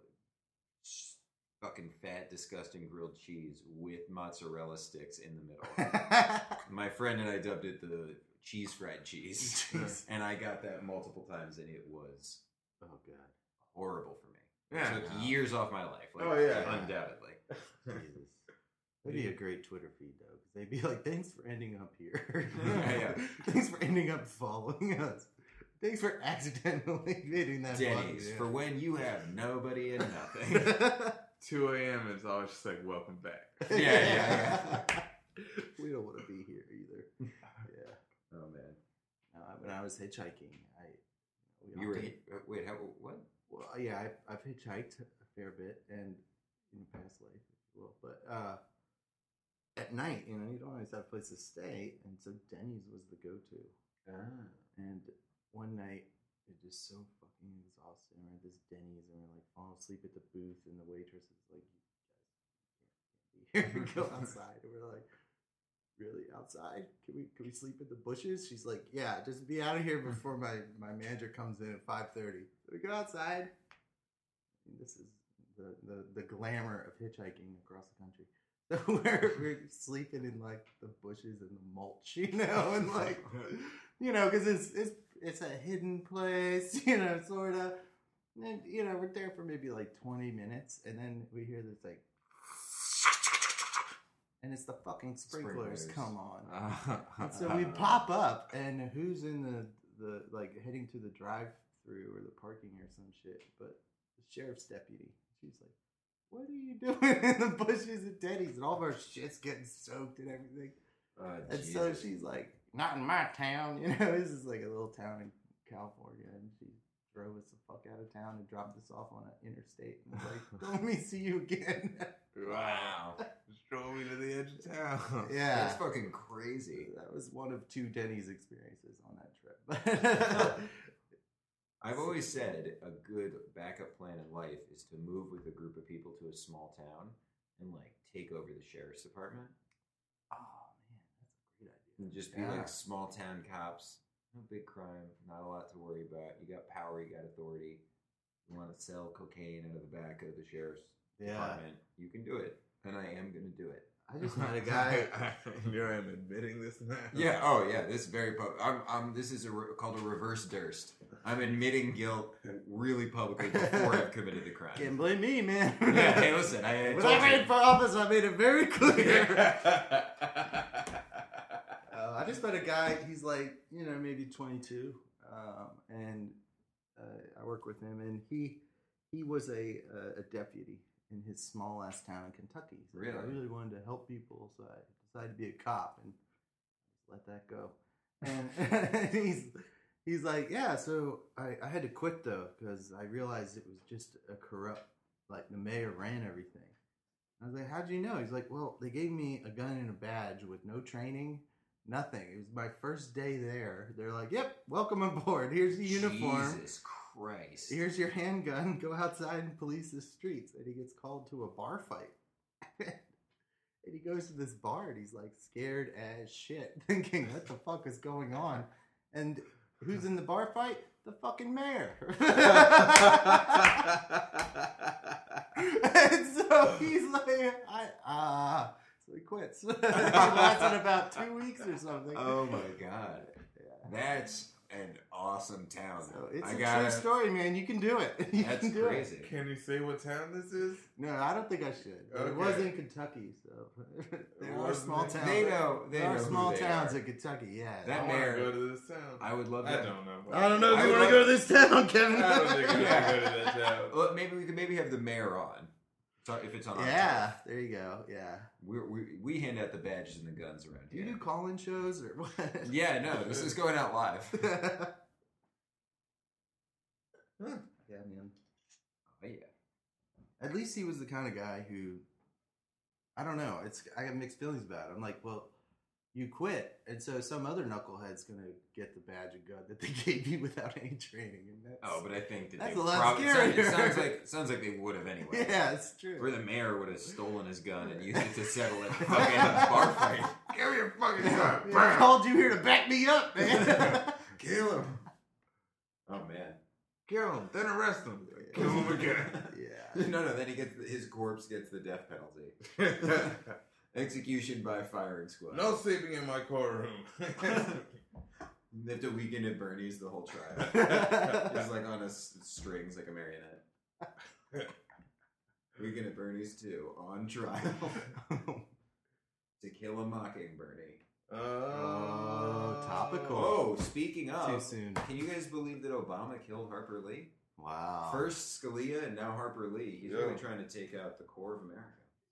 s- fucking fat, disgusting grilled cheese with mozzarella sticks in the middle. My friend and I dubbed it the cheese fried cheese,
Jeez.
and I got that multiple times, and it was
Oh god.
horrible for me.
Yeah.
It took years off my life. Like,
Oh, yeah.
undoubtedly.
Jesus. That'd be a great Twitter feed though, because they'd be like, "Thanks for ending up here.
Yeah, yeah.
Thanks for ending up following us. Thanks for accidentally hitting that
Denny's for
button."
when you have nobody and nothing.
yeah.
2 a.m. is always just like welcome back.
Yeah, yeah,
we don't want to be here either. Yeah.
oh man,
No, I- when I was hitchhiking, I we
you were
often-
hit, uh, wait. How, what?
Well, uh, yeah, I, I've hitchhiked a fair bit, and in a past life, if you will. But uh, at night, you know, you don't always have a place to stay, and so Denny's was the go-to. And one night, it was so fucking exhausting. We're at this Denny's, and we're like falling asleep at the booth, and the waitress is like, "You guys can't be here. Go outside." And we're like. Really outside? Can we can we sleep in the bushes? She's like, yeah, just be out of here before my my manager comes in at five thirty. So we go outside, and this is the, the, the glamour of hitchhiking across the country. So we're, we're sleeping in like the bushes and the mulch, you know, and like, you know, because it's, it's, it's a hidden place, you know, sort of. And then, you know, we're there for maybe like 20 minutes, and then we hear this like, and it's the fucking sprinklers,
Sprinklers.
come on.
Ah.
And so we pop up, and who's in the the like heading to the drive-through or the parking or some shit? But the sheriff's deputy. She's like, "What are you doing in the bushes at Denny's?" And all of our shit's getting soaked and everything.
Uh,
And so
Jesus.
she's like, "Not in my town, you know. This is like a little town in California." And she drove us the fuck out of town and dropped us off on an interstate. And was like, "Don't let me see you again."
Wow.
Just drove me to the edge of town.
yeah,
Uh-huh. That's fucking crazy.
That was one of two Denny's experiences on that trip.
I've always said a good backup plan in life is to move with a group of people to a small town and like take over the sheriff's department
oh man, that's a great idea.
and just be
Yeah.
like small town cops. No big crime, not a lot to worry about. You got power, you got authority. You want to sell cocaine out of the back of the sheriff's department? You can do it, and I am gonna do it.
I just met a guy.
Here I am admitting this now.
Yeah. Oh, yeah. This is very. Pub- I'm. I'm. This is a re- called a reverse Durst. I'm admitting guilt really publicly before I've committed the crime.
Can't blame me, man.
yeah. Hey, listen. I, I
when I ran
told
for office, I made it very clear.
you.
uh, I just met a guy. He's like, you know, maybe 22, um, and uh, I work with him, and he he was a uh, a deputy in his small ass town in Kentucky. He's like, I
Really?
really wanted to help people, so I decided to be a cop and let that go. And he's he's like, yeah. So I, I had to quit though because I realized it was just a corrupt. Like the mayor ran everything. I was like, how'd you know? He's like, well, they gave me a gun and a badge with no training, nothing. It was my first day there. They're like, yep, welcome aboard. Here's the uniform.
Jesus Christ.
Here's your handgun. Go outside and police the streets. And he gets called to a bar fight. and he goes to this bar and he's like scared as shit, thinking, what the fuck is going on? And who's in the bar fight? The fucking mayor. and so he's like, I ah. so he quits. it lasted about two weeks or something.
oh my god,
Yeah.
that's an awesome town.
So it's
I
a
gotta-
true story, man. You can do it. You
That's
can do It.
crazy.
Can you say what town this is?
No, I don't think I should. But It
Okay.
was in Kentucky, so there are
Wasn't
small
it?
towns.
They know. They
there are
know who
small
they
towns
are.
in Kentucky. Yeah.
I
That
want
mayor-
to go to this town.
I would love
I
that.
don't know.
I don't know if
I
you
would
want to
love-
go to this town, Kevin.
I don't think I'm gonna go to that town.
Well, maybe we could maybe have the mayor on. So if it's on, our
yeah,
turf.
there you go. Yeah.
We're, we we hand out the badges and the guns around
Do you
here.
do call-in shows or what?
yeah, no, this is going out live.
yeah, man.
Oh, yeah.
At least he was the kind of guy who, I don't know. It's I have mixed feelings about. It. I'm like, well, you quit, and so some other knucklehead's gonna get the badge and gun that they gave you without any training. And that's,
Oh, but I think that
That's
they
a lot
prob- it sounds- It
scarier.
sounds like it sounds like they would have anyway.
yeah, it's true.
Or the mayor would have stolen his gun and used it to settle a fucking bar fight.
Give me a fucking
Yeah,
shot.
I called you here to back me up, man.
Kill him.
Oh man.
Kill him. Then arrest him.
Oh,
Kill him again.
yeah.
No, no. Then he gets his corpse gets the death penalty, execution by firing squad.
no sleeping in my courtroom.
they have to weaken at Bernie's the whole trial. He's like on a s- strings like a marionette. Weekend at Bernie's too on trial to kill a mockingbird.
Oh, topical.
Oh, speaking
Too
of,
soon.
can you guys believe that Obama killed Harper Lee?
Wow.
First Scalia and now Harper Lee. He's
Yeah.
really trying to take out the core of America.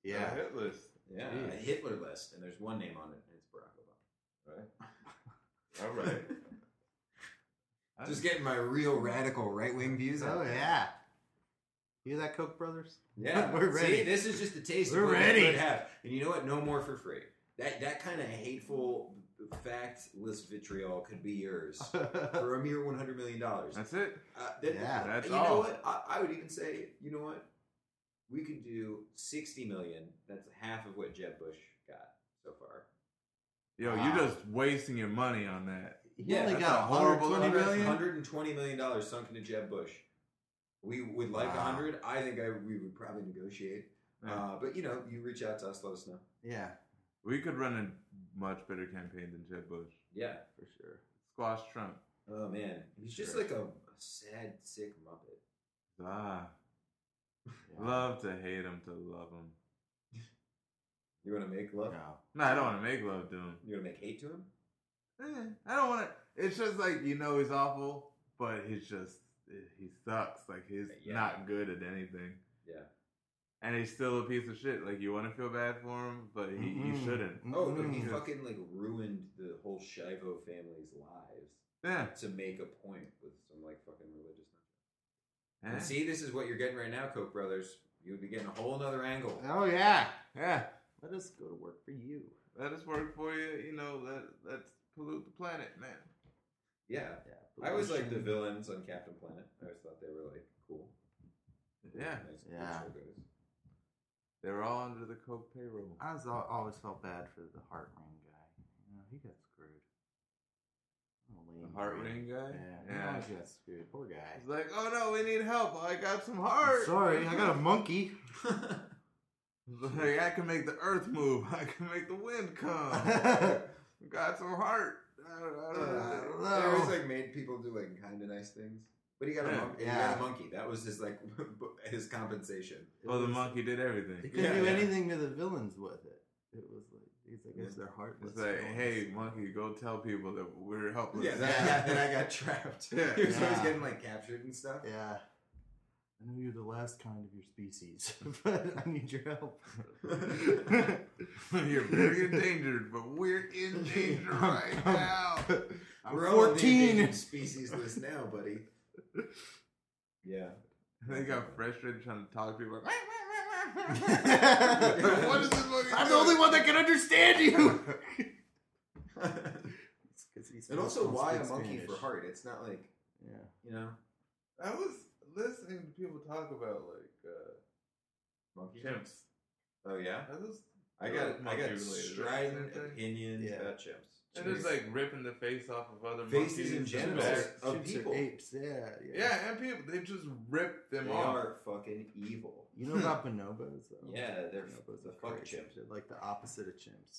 yeah.
A hit list.
Yeah,
Jeez.
a Hitler list, and there's one name on it, and it's Barack Obama.
All right.
Just getting my real radical right wing views.
Oh
out there.
yeah. Hear that, Koch brothers?
Yeah,
We're ready.
See, this is just a taste
We're
of what
ready.
we could have. And you know what? No more for free. That that kind of hateful, factless vitriol could be yours for a mere one hundred million dollars.
That's it.
Uh, that,
Yeah.
That's
you know
all.
what? I, I would even say, you know what? We could do sixty million. That's half of what Jeb Bush got so far.
Yo,
Wow.
you're just wasting your money on that.
He
Yeah,
only
that's
got
a horrible
120
number.
million?
Hundred and twenty million dollars sunk into Jeb Bush. We would like a
Wow.
hundred. I think I, we would probably negotiate.
Yeah.
Uh, but you know, you reach out to us, let us know.
Yeah,
we could run a much better campaign than Jeb Bush.
Yeah.
for sure.
Squash Trump.
Oh man, he's just
Sure.
like a, a sad, sick muppet.
Ah,
Yeah.
love to hate him to love him.
You want to make love?
No.
No, I don't want to make love to him.
You want to make hate to him?
Eh, I don't want to. It's just like you know he's awful, but he's just eh, he sucks. Like he's
Yeah.
not good at anything,
Yeah.
and he's still a piece of shit. Like you want to feel bad for him, but he,
Mm-mm.
he shouldn't.
Oh, no,
Mm-mm.
he fucking like ruined the whole Shivo family's lives
Yeah.
to make a point with some like fucking religious.
Eh.
And see, this is what you're getting right now, Koch brothers. You would be getting a whole other angle.
Oh yeah.
Yeah.
Let us go to work for you.
Let us work for you. You know, let let's pollute the planet, man.
Yeah,
Yeah.
I always like the
pollution.
villains on Captain Planet. I always thought they were like cool.
Yeah.
Nice cool
Yeah.
logos.
They're all under the Coke payroll.
I was, al- always felt bad for the heart ring guy. You know, he got screwed. What a lame
The heart
dude.
ring
Yeah.
guy.
He always got screwed. Poor guy.
It's like, oh no, we need help. I got some
I'm
heart.
sorry, I got a monkey.
Like, I can make the earth move. I can make the wind come.
yeah.
got some heart. I don't, I don't
Uh,
know.
I don't
They always
know.
like made people do like kind of nice things. But he got a
Yeah.
monkey. He
Yeah.
got a monkey. That was his like his compensation.
Well, Oh, the
It was-
monkey did
They
everything.
couldn't
Yeah,
do
yeah.
anything to the villains with it. It was like he's like,
Yeah.
it's their heart.
It's
let's
like,
go on
hey,
this."
monkey, go tell people that we're helpless.
Yeah, that,
Yeah.
that- that I got trapped.
Yeah.
He was always
Yeah.
getting like captured and stuff.
Yeah. I know you're the last kind of your species, but I need your help.
You're very endangered, but we're in danger right now.
I'm
We're all in the
14.
endangered species list now, buddy. Yeah.
They got frustrated trying to talk to people. Like,
I'm
what is this monkey
the only
doing?
one that can understand you.
and
and
also, why a monkey for heart? It's not like
Yeah.
you know,
I was listening to people talk about like uh,
monkey.
chimps.
Oh yeah.
I was
I got I
Monkey
got
related, right?
strident
Same thing?
opinions
Yeah.
about chimps.
They're just
Jeez.
like ripping the face off of other monkeys
Faces and
and
genitals
bears.
of
Chimps are
people.
apes. Yeah, yeah.
Yeah, and people they just rip them
They
off.
are fucking evil.
You know about bonobos? Though?
Yeah, they're f-
bonobos
the
are
fuck
crazy.
chimps.
They're like the opposite of chimps.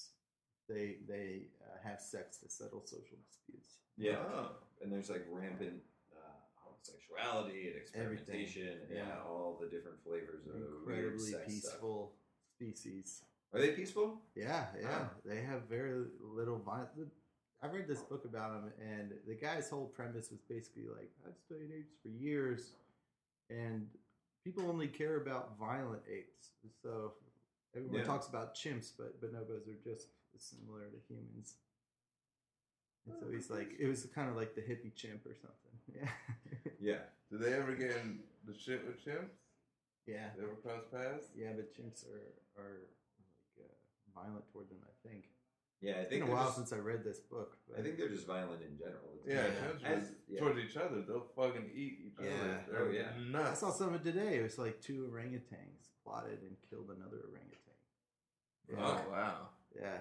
They they uh, have sex to settle social disputes.
Yeah.
Oh.
and there's like rampant uh, homosexuality and experimentation and yeah.
Yeah.
all the different flavors of weird
Incredibly
sex stuff.
peaceful species.
Are they peaceful?
Yeah, yeah.
Wow.
They have very little violence. I read this book about him, and the guy's whole premise was basically like, I've studied apes for years, and people only care about violent apes. So everyone
Yeah.
talks about chimps, but bonobos are just similar to humans. And
Oh,
so he's like, it was kind of like the hippie chimp or something. Yeah.
Yeah.
Do they ever get in the shit with chimps?
yeah.
They ever cross paths?
Yeah, but chimps are, are like, uh, violent toward them, I think.
Yeah, I
It's been
think
a
they're
while
just-
since I read this book. but-
I think they're just violent in general. It's
Yeah,
not-
chimps
as-
are
yeah.
towards each other. They'll fucking eat each other.
Yeah.
They're
Oh, yeah.
I
nuts.
saw something today. It was like two orangutans plotted and killed another orangutan.
Oh
Yeah.
wow.
Yeah.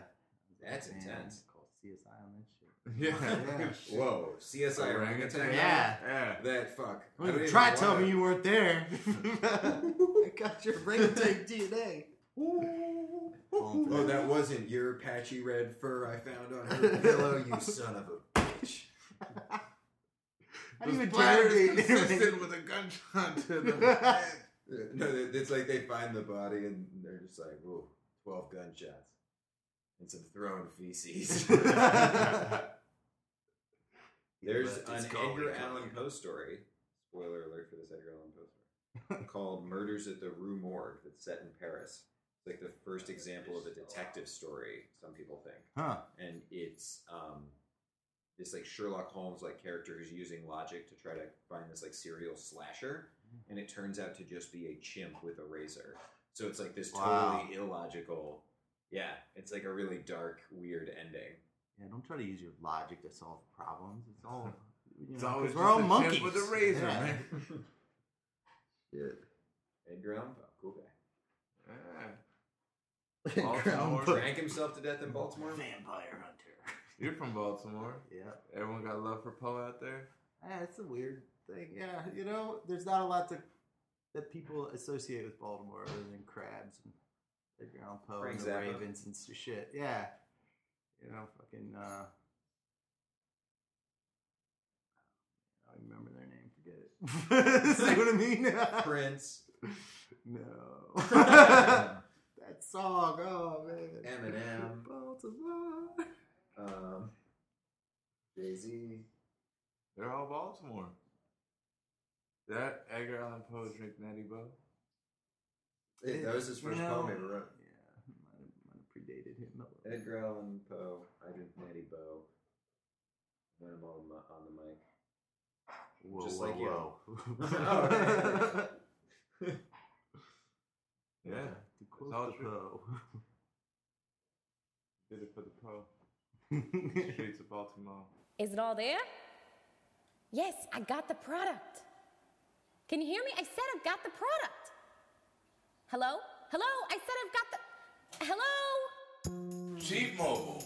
That's
Man,
intense.
Call CSI on that shit.
Yeah.
Yeah.
Whoa, CSI orangutan.
Yeah.
Yeah.
That fuck. I
Well,
don't even
try to tell
wanna-
me you weren't there. I got your orangutan DNA.
Oh, that wasn't your patchy red fur I found on her pillow, you son of a bitch.
How do
The
you
splatter is
interrogate
consistent
anything?
with a gunshot to the
No, they- it's like they find the body and they're just like, whoa, 12 gunshots and some thrown feces. There's
But
an
it's called-
Edgar Allan Poe story, spoiler alert for this Edgar Allan Poe story, called Murders at the Rue Morgue that's set in Paris. It's like the first example of a detective story, some people think.
Huh.
and it's um, this like Sherlock Holmes like character who's using logic to try to find this like serial slasher, and it turns out to just be a chimp with a razor. So it's like this
Wow.
totally illogical. Yeah, it's like a really dark, weird ending.
Yeah, don't try to use your logic to solve problems. It's all. You know,
It's
'cause
always
we're
just
all
a chimp
monkeys.
with a razor,
Yeah.
man.
Shit.
Edgar Allan Poe, cool guy.
Yeah.
Ground
Baltimore.
book.
Drank himself to death in Baltimore.
Vampire Hunter.
You're from Baltimore.
Yeah.
Everyone got love for Poe out there.
Yeah, Eh, it's a weird thing. Yeah, you know, there's not a lot to, that people associate with Baltimore other than crabs and Edgar Allan Poe
Frank
and the
Zappa.
Ravens and s- shit. Yeah, you know, fucking. Uh, I don't remember their name. Forget it. See what I mean?
Prince, Um,
no. that song. Oh man.
Eminem.
Baltimore.
um, Jay Z.
They're all Baltimore. That Edgar Allan Poe drink Natty Bo.
That was his
You
first
know,
poem he ever wrote.
Yeah, might have, might have predated him a little. bit.
Edgar Allan Poe. I drink Natty Bo. When I'm on, my,
Whoa,
on the mic. Just
whoa,
like you.
whoa.
Oh,
Yeah.
To quote
all
the Poe.
Did it for the Poe.
Wait,
Streets of Baltimore.
Is it all there? Yes, I got the product. Can you hear me? I said I've got the product. Hello? Hello? I said I've got the. Hello?
Cheap mobile.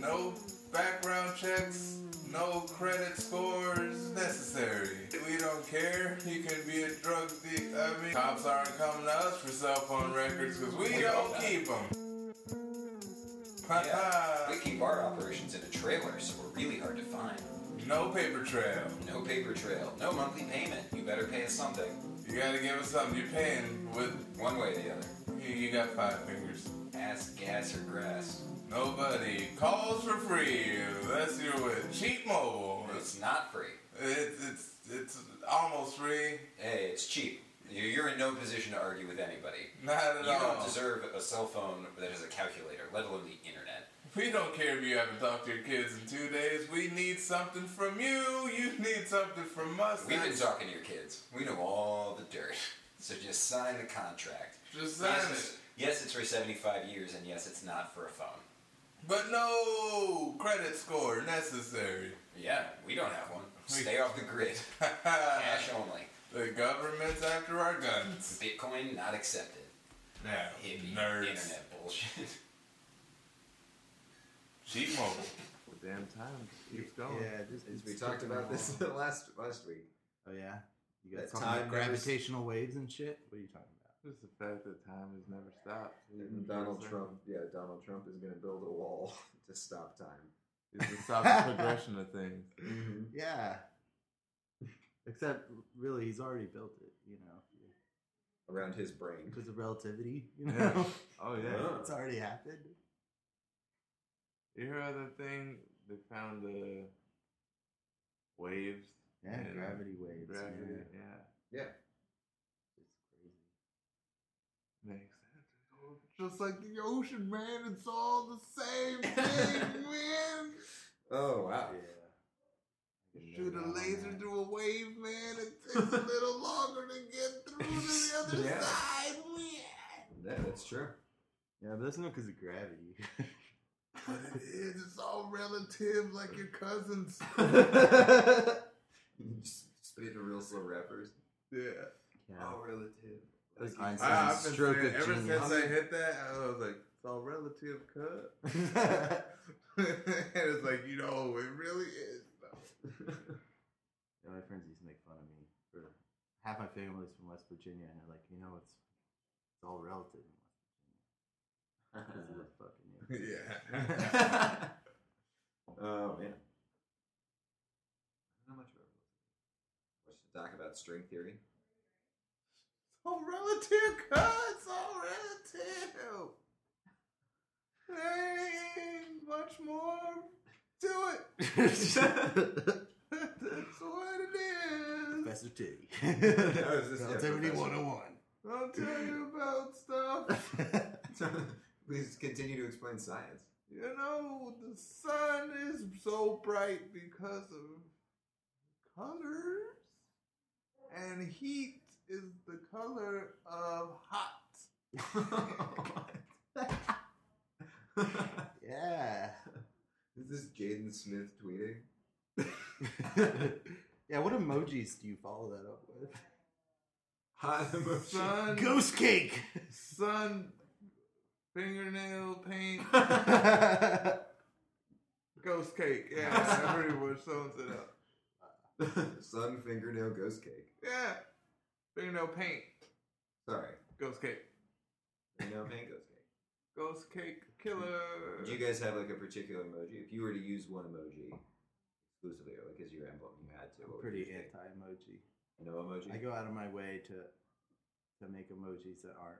No background checks, no credit scores necessary. We don't care. You can be a drug dealer. I mean, cops aren't coming to us for cell phone records because we, don't keep Uh-uh. them.
We keep our operations in a trailer, so we're really hard to find.
no paper trail.
No paper trail, no monthly payment. You better pay us something,
You gotta give us something. You're paying with.
one way or the other.
You, you got five fingers.
Ass, gas, or grass.
Nobody calls for free unless you're with Cheap Mobile. It's,
It's not free.
it's, it's, it's almost free.
Hey, it's cheap. You- You're in no position to argue with anybody.
Not at
You
all.
don't deserve a cell phone that is a calculator, let alone the internet.
We don't care if you haven't talked to your kids in two days. We need something from you. You need something from us.
We've been
That's-
talking to your kids. We know all the dirt. So just sign the contract.
Just sign
yes, it's-
it.
Yes, it's for 75 years, and yes, it's not for a phone.
But no credit score necessary.
Yeah, we don't have one. Stay off the grid. Cash only.
the government's after our guns.
Bitcoin not accepted.
Now,
Hippie
nerds.
internet bullshit.
Cheap mobile.
The damn time keeps going.
Yeah, just,
As we talked about this last last week.
Oh yeah, you guys
That
talking about
time never s-
gravitational waves and shit. What are you talking about?
Just the fact that time has never stopped.
And Donald Trump, yeah, Donald Trump is going to build a wall to stop time.
It's to stop the progression of things.
Yeah. Except, really, he's already built it. You know,
Around his brain.
because of relativity. You
Yeah.
know,
Oh yeah.
Yeah.
it's already happened.
You heard of the thing? They found the waves.
Yeah,
Yeah.
gravity waves.
Gravity.
Yeah.
Yeah.
Yeah.
It's crazy.
Makes sense. It's all Just like the ocean, man. It's all the same thing, man.
Oh wow.
Yeah.
Shoot a laser through a wave, man. It takes a little longer to get through to the other
Yeah.
side, man.
Yeah, that's true.
Yeah, but that's not because of gravity.
But it is. It's all relative, like your cousins.
Just spit a real slow Oh, rappers.
yeah. Oh.
yeah.
relative.
That's
I,
Einstein's
I've been
stroke
saying,
of
ever
genius.
since I hit that, I was like, it's all relative, cuz. and it's like, you know, it really is.
Yeah, my friends used to make fun of me. For half my family's from West Virginia, and they're like, you know, it's it's all relative in West Virginia. 'Cause of the fucking-
Uh-huh.
yeah.
yeah.
oh man. How much about What's the doc about string theory?
all relative, cuz. It's all relative. There ain't much more to it. That's what it is.
Professor T.
was just- yeah,
Relativity
Professor.
101.
I'll tell you about stuff.
Please continue to explain science.
You know, the sun is so bright because of colors, and heat is the color of hot.
yeah.
Is this Jaden Smith tweeting?
yeah, what emojis do you follow that up with?
Hot emotion.
Sun,
Ghost cake!
sun, fingernail paint, ghost cake. Yeah, that pretty much sums it up.
Sun fingernail ghost cake.
Yeah, fingernail paint,
Sorry.
ghost cake,
Fingernail paint ghost cake.
ghost cake killer.
Do you guys have like a particular emoji? If you were to use one emoji exclusively, or like as your emblem, you had to. what would
Pretty
you pick?
anti emoji.
No emoji.
I go out of my way to to make emojis that aren't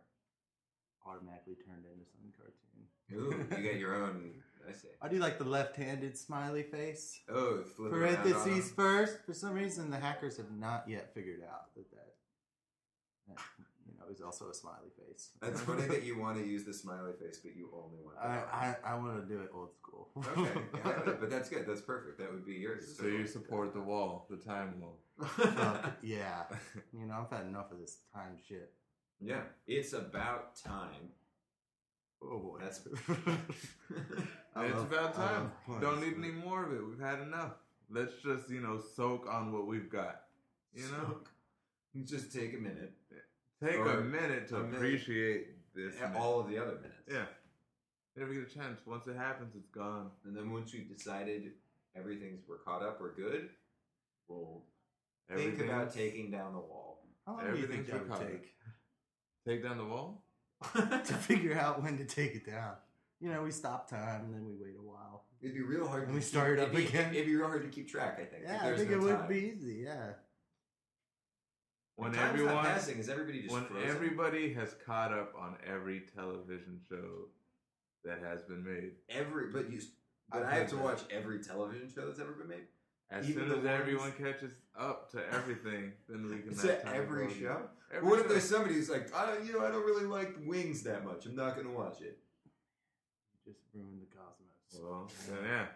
automatically turned into some cartoon.
Ooh, you get your own. I see.
I do like the left-handed smiley face.
Oh, flip around on
Parentheses
them.
first. For some reason, the hackers have not yet figured out that that, that you know is also a smiley face.
That's funny that you want to use the smiley face, but you only want. the
I
arms.
I, I want to do it old school.
okay, yeah, but that's good. That's perfect. That would be yours.
the wall, the time wall.
Fuck, yeah, you know I've had enough of this time shit.
yeah, it's about time.
Oh boy,
That's-
I
it's
love-
about
I
time.
love
Don't
puns,
need any more of it. We've had enough. Let's just, you know, soak on what we've got. You know?
just take a minute.
Take a
Or
minute to
a minute.
appreciate this.
And
minute.
all of the other minutes.
yeah. Never get a chance. Once it happens, it's gone.
And then once we've decided everything's we're caught up, we're good. We'll think
Everything
about
else-
taking down the wall.
How long do you
everything's
think that would
recovered.
take?
Take down the wall?
to figure out when to take it down. You know, we stop time and then we wait a while.
It'd be real hard.
And
to
we
keep-
start it up
it'd be-
again.
It'd be real hard to keep track. I think.
Yeah, I
there's
think
no
it would
time.
be easy. Yeah,
When
Time's not
everyone
passing, is everybody just
when
frozen?
everybody has caught up on every television show that has been made.
every but you but
I've
I have
heard
to
that.
watch every television show that's ever been made.
As
Even
soon
the
as
ones-
everyone catches up to everything, then we can have
To
time
every
to go
show.
Every
what if
show.
there's somebody who's like, I don't, you know, I don't really like Wings that much. I'm not gonna watch it.
just ruin the cosmos.
Well, then, yeah.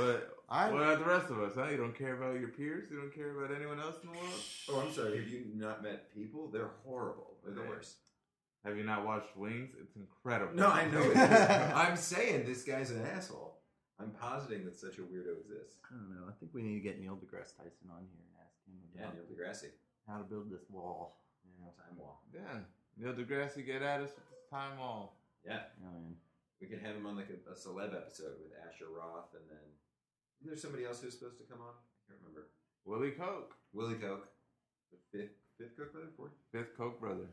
What,
I-
what about the rest of us, huh? You don't care about your peers? You don't care about anyone else in the world?
Oh, I'm sorry. Have you not met people? They're horrible. They're the
Right.
worst.
Have you not watched Wings? It's incredible.
No, I know. It. I'm saying this guy's an asshole. I'm positing that such a weirdo exists.
I don't know. I think we need to get Neil deGrasse Tyson on here and ask him
Yeah,
about
Neil deGrasse.
how to build this wall. You know,
Time wall.
Yeah. Neil deGrasse, get at us with this time wall.
Yeah.
I mean,
We could have him on like a, a celeb episode with Asher Roth, and then and there's somebody else who's supposed to come on. I can't remember.
Willie Coke,
Willie Coke, the fifth fifth Coke brother, fourth.
fifth Coke brother.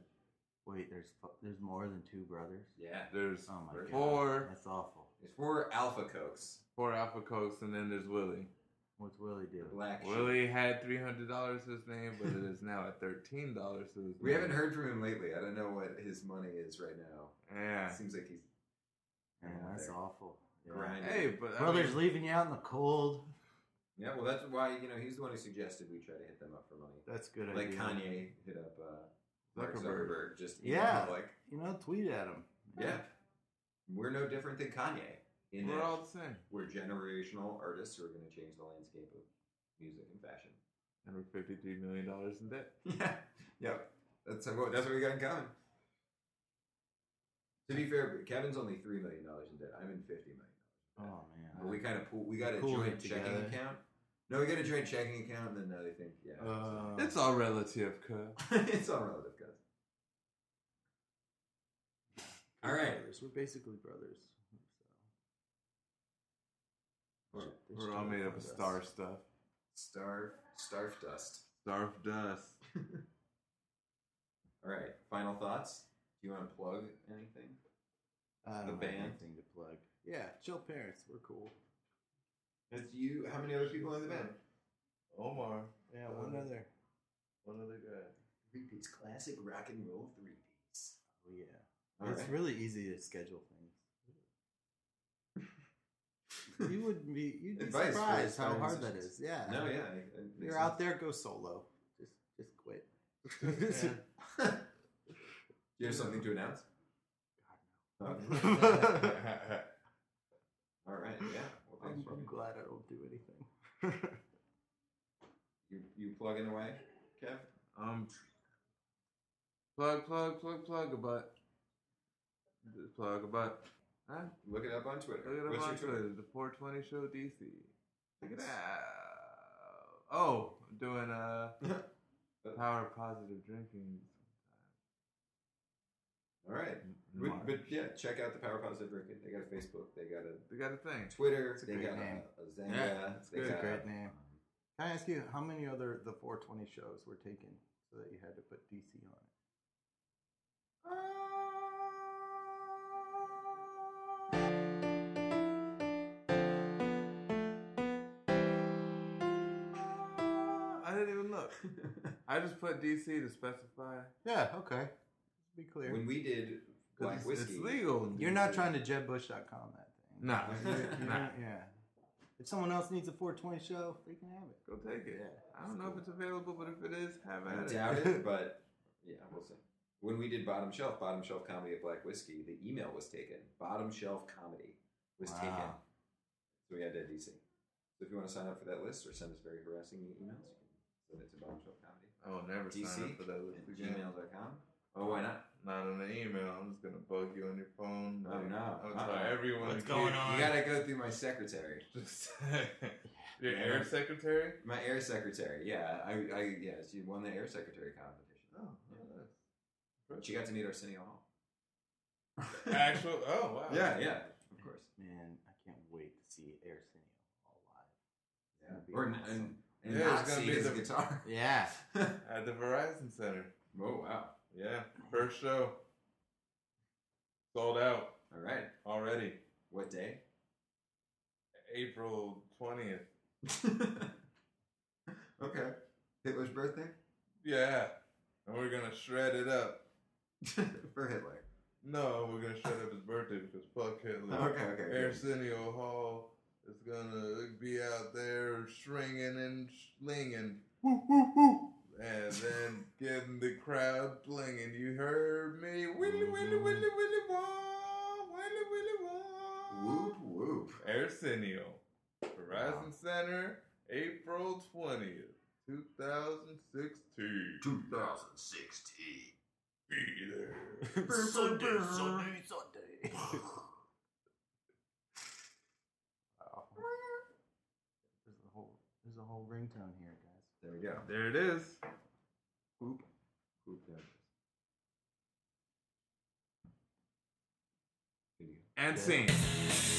Wait, there's fu- there's more than two brothers.
Yeah,
There's
Oh my
Four.
god,
Four.
that's awful.
it's four Alpha Cokes.
four Alpha Cokes, and then there's Willie.
What's Willie
The
doing?
black. sheep.
Willie had three hundred dollars to his name, but it is now at thirteen dollars to his
We
name.
haven't heard from him lately. I don't know what his money is right now.
Yeah.
It seems like he's
Man,
Yeah,
that's
they're
awful. Yeah.
grinding.
Hey, but I
Brother's
mean,
leaving you out in the cold.
Yeah, well, that's why you know he's the one who suggested we try to hit them up for money.
That's a good
like
idea.
Kanye hit up uh, Mark
Zuckerberg.
Zuckerberg, just
Yeah.
like
You know, tweet at him.
yeah, we're no different than Kanye in
we're
that
all the same,
we're generational artists who are going to change the landscape of music and fashion.
and we're fifty-three million dollars in debt.
Yeah, yep. That's what that's what we got in common. To be fair, Kevin's only three million dollars in debt. I'm in fifty million.
Oh
But
man.
we kind of pool. We got a
Pooled
joint
it
checking
together.
account. No, we got a joint checking account, and then now they think yeah,
Uh,
It's all relative, cuz.
it's all relative, guys. All
we're
right.
brothers. We're basically brothers. So.
We're-
They should
We're all
try to
made up
find
of
us.
star stuff,
Starf, starf dust.
starf dust.
All right. Final thoughts. Do you want to plug anything?
I
The
don't
band.
have anything to plug. Yeah, chill parents. We're cool.
It's you. How many other people in the band?
Omar,
Yeah,
Um,
one other.
one other guy.
Three piece classic rock and roll three piece.
Oh yeah. it's really easy to schedule things. You would be you'd be
Advice for
surprised how
starting
hard that
musicians.
is. Yeah.
no, yeah. I- I- makes
You're out there, go solo. Just just quit.
sense. Do you have something to announce? Okay. All right. Yeah. Well,
I'm,
thanks for
I'm
being-
glad I don't do anything.
You you plugging away, Kev?
um, plug, plug, plug, plug a butt. Just Plug a butt. Huh?
Look it up on Twitter.
Look at
What's
him
your
on Twitter. The 420 show DC. Look at that. Oh, I'm doing uh power positive drinking.
All right. But,
March.
but yeah, check out the Power Positive Drinking. They got a Facebook. They got a
They got a thing.
Twitter.
It's a
They
great
got a,
name.
a Zanga.
Yeah, it's
they
good.
got,
It's
a great name.
um,
Can I ask you how many other the 420 shows were taken so that you had to put DC on it?
I didn't even look. I just put DC to specify.
Yeah, okay. Be clear.
when we did
'Cause
Black
it's,
Whiskey,
it's legal. in
You're not
DC.
trying to JebBush.com that thing.
Nah.
You're, you're
nah.
not- yeah. If someone else needs a 420 show, they can have it.
Go take it.
Yeah,
I don't know if it's available, but if it is, have
I
at
doubt
it.
it, but yeah, we'll see. When we did Bottom Shelf, Bottom Shelf Comedy at Black Whiskey, the email was taken. Bottom Shelf Comedy was
Wow.
taken. So we had that DC. So if you want to sign up for that list or send us very harassing emails, you can send it to Bottom Shelf Comedy.
I will never sign
DC
up for that list
at
again.
gmail.com. Oh, why not?
Not on the email. I'm just gonna bug you on your phone.
Oh, no.
I'm gonna
Uh-oh.
tell everyone.
What's
to
going
keep-
on?
You gotta go through my secretary.
Just your air secretary.
My air secretary, yeah. I, I yeah, she won the air secretary competition.
Oh,
She got to meet Arsenio Hall.
actual. Oh wow.
yeah, yeah, of course.
Man, I can't wait to see Arsenio all live.
Yeah.
That'd be
Or n-
awesome.
and, and
Yeah,
not
it's gonna
see
be
his
the-
guitar.
Yeah.
oh
At the Verizon Center.
wow!
Yeah. First show. Sold out
All right,
already.
what day?
April twentieth.
okay, Hitler's birthday
Yeah. And we're gonna shred it up.
for Hitler.
No, we're gonna shred up his birthday because fuck Hitler.
Okay, okay. good.
Arsenio Hall is gonna be out there stringing and slinging. Woo, woo, woo. And then getting the crowd blinging. You heard me. Willy, willy, willy,
Mm-hmm.
willy, wah. Willy, willy, wah.
Whoop whoop!
Arsenio. Verizon Center, April 20th, 2016.
2016.
Be there.
Sunday, Sunday, Sunday. wow. There's a whole there's a whole ringtone here, guys.
There we go.
There it is.
Whoop whoop. There it is. Video.
and sing.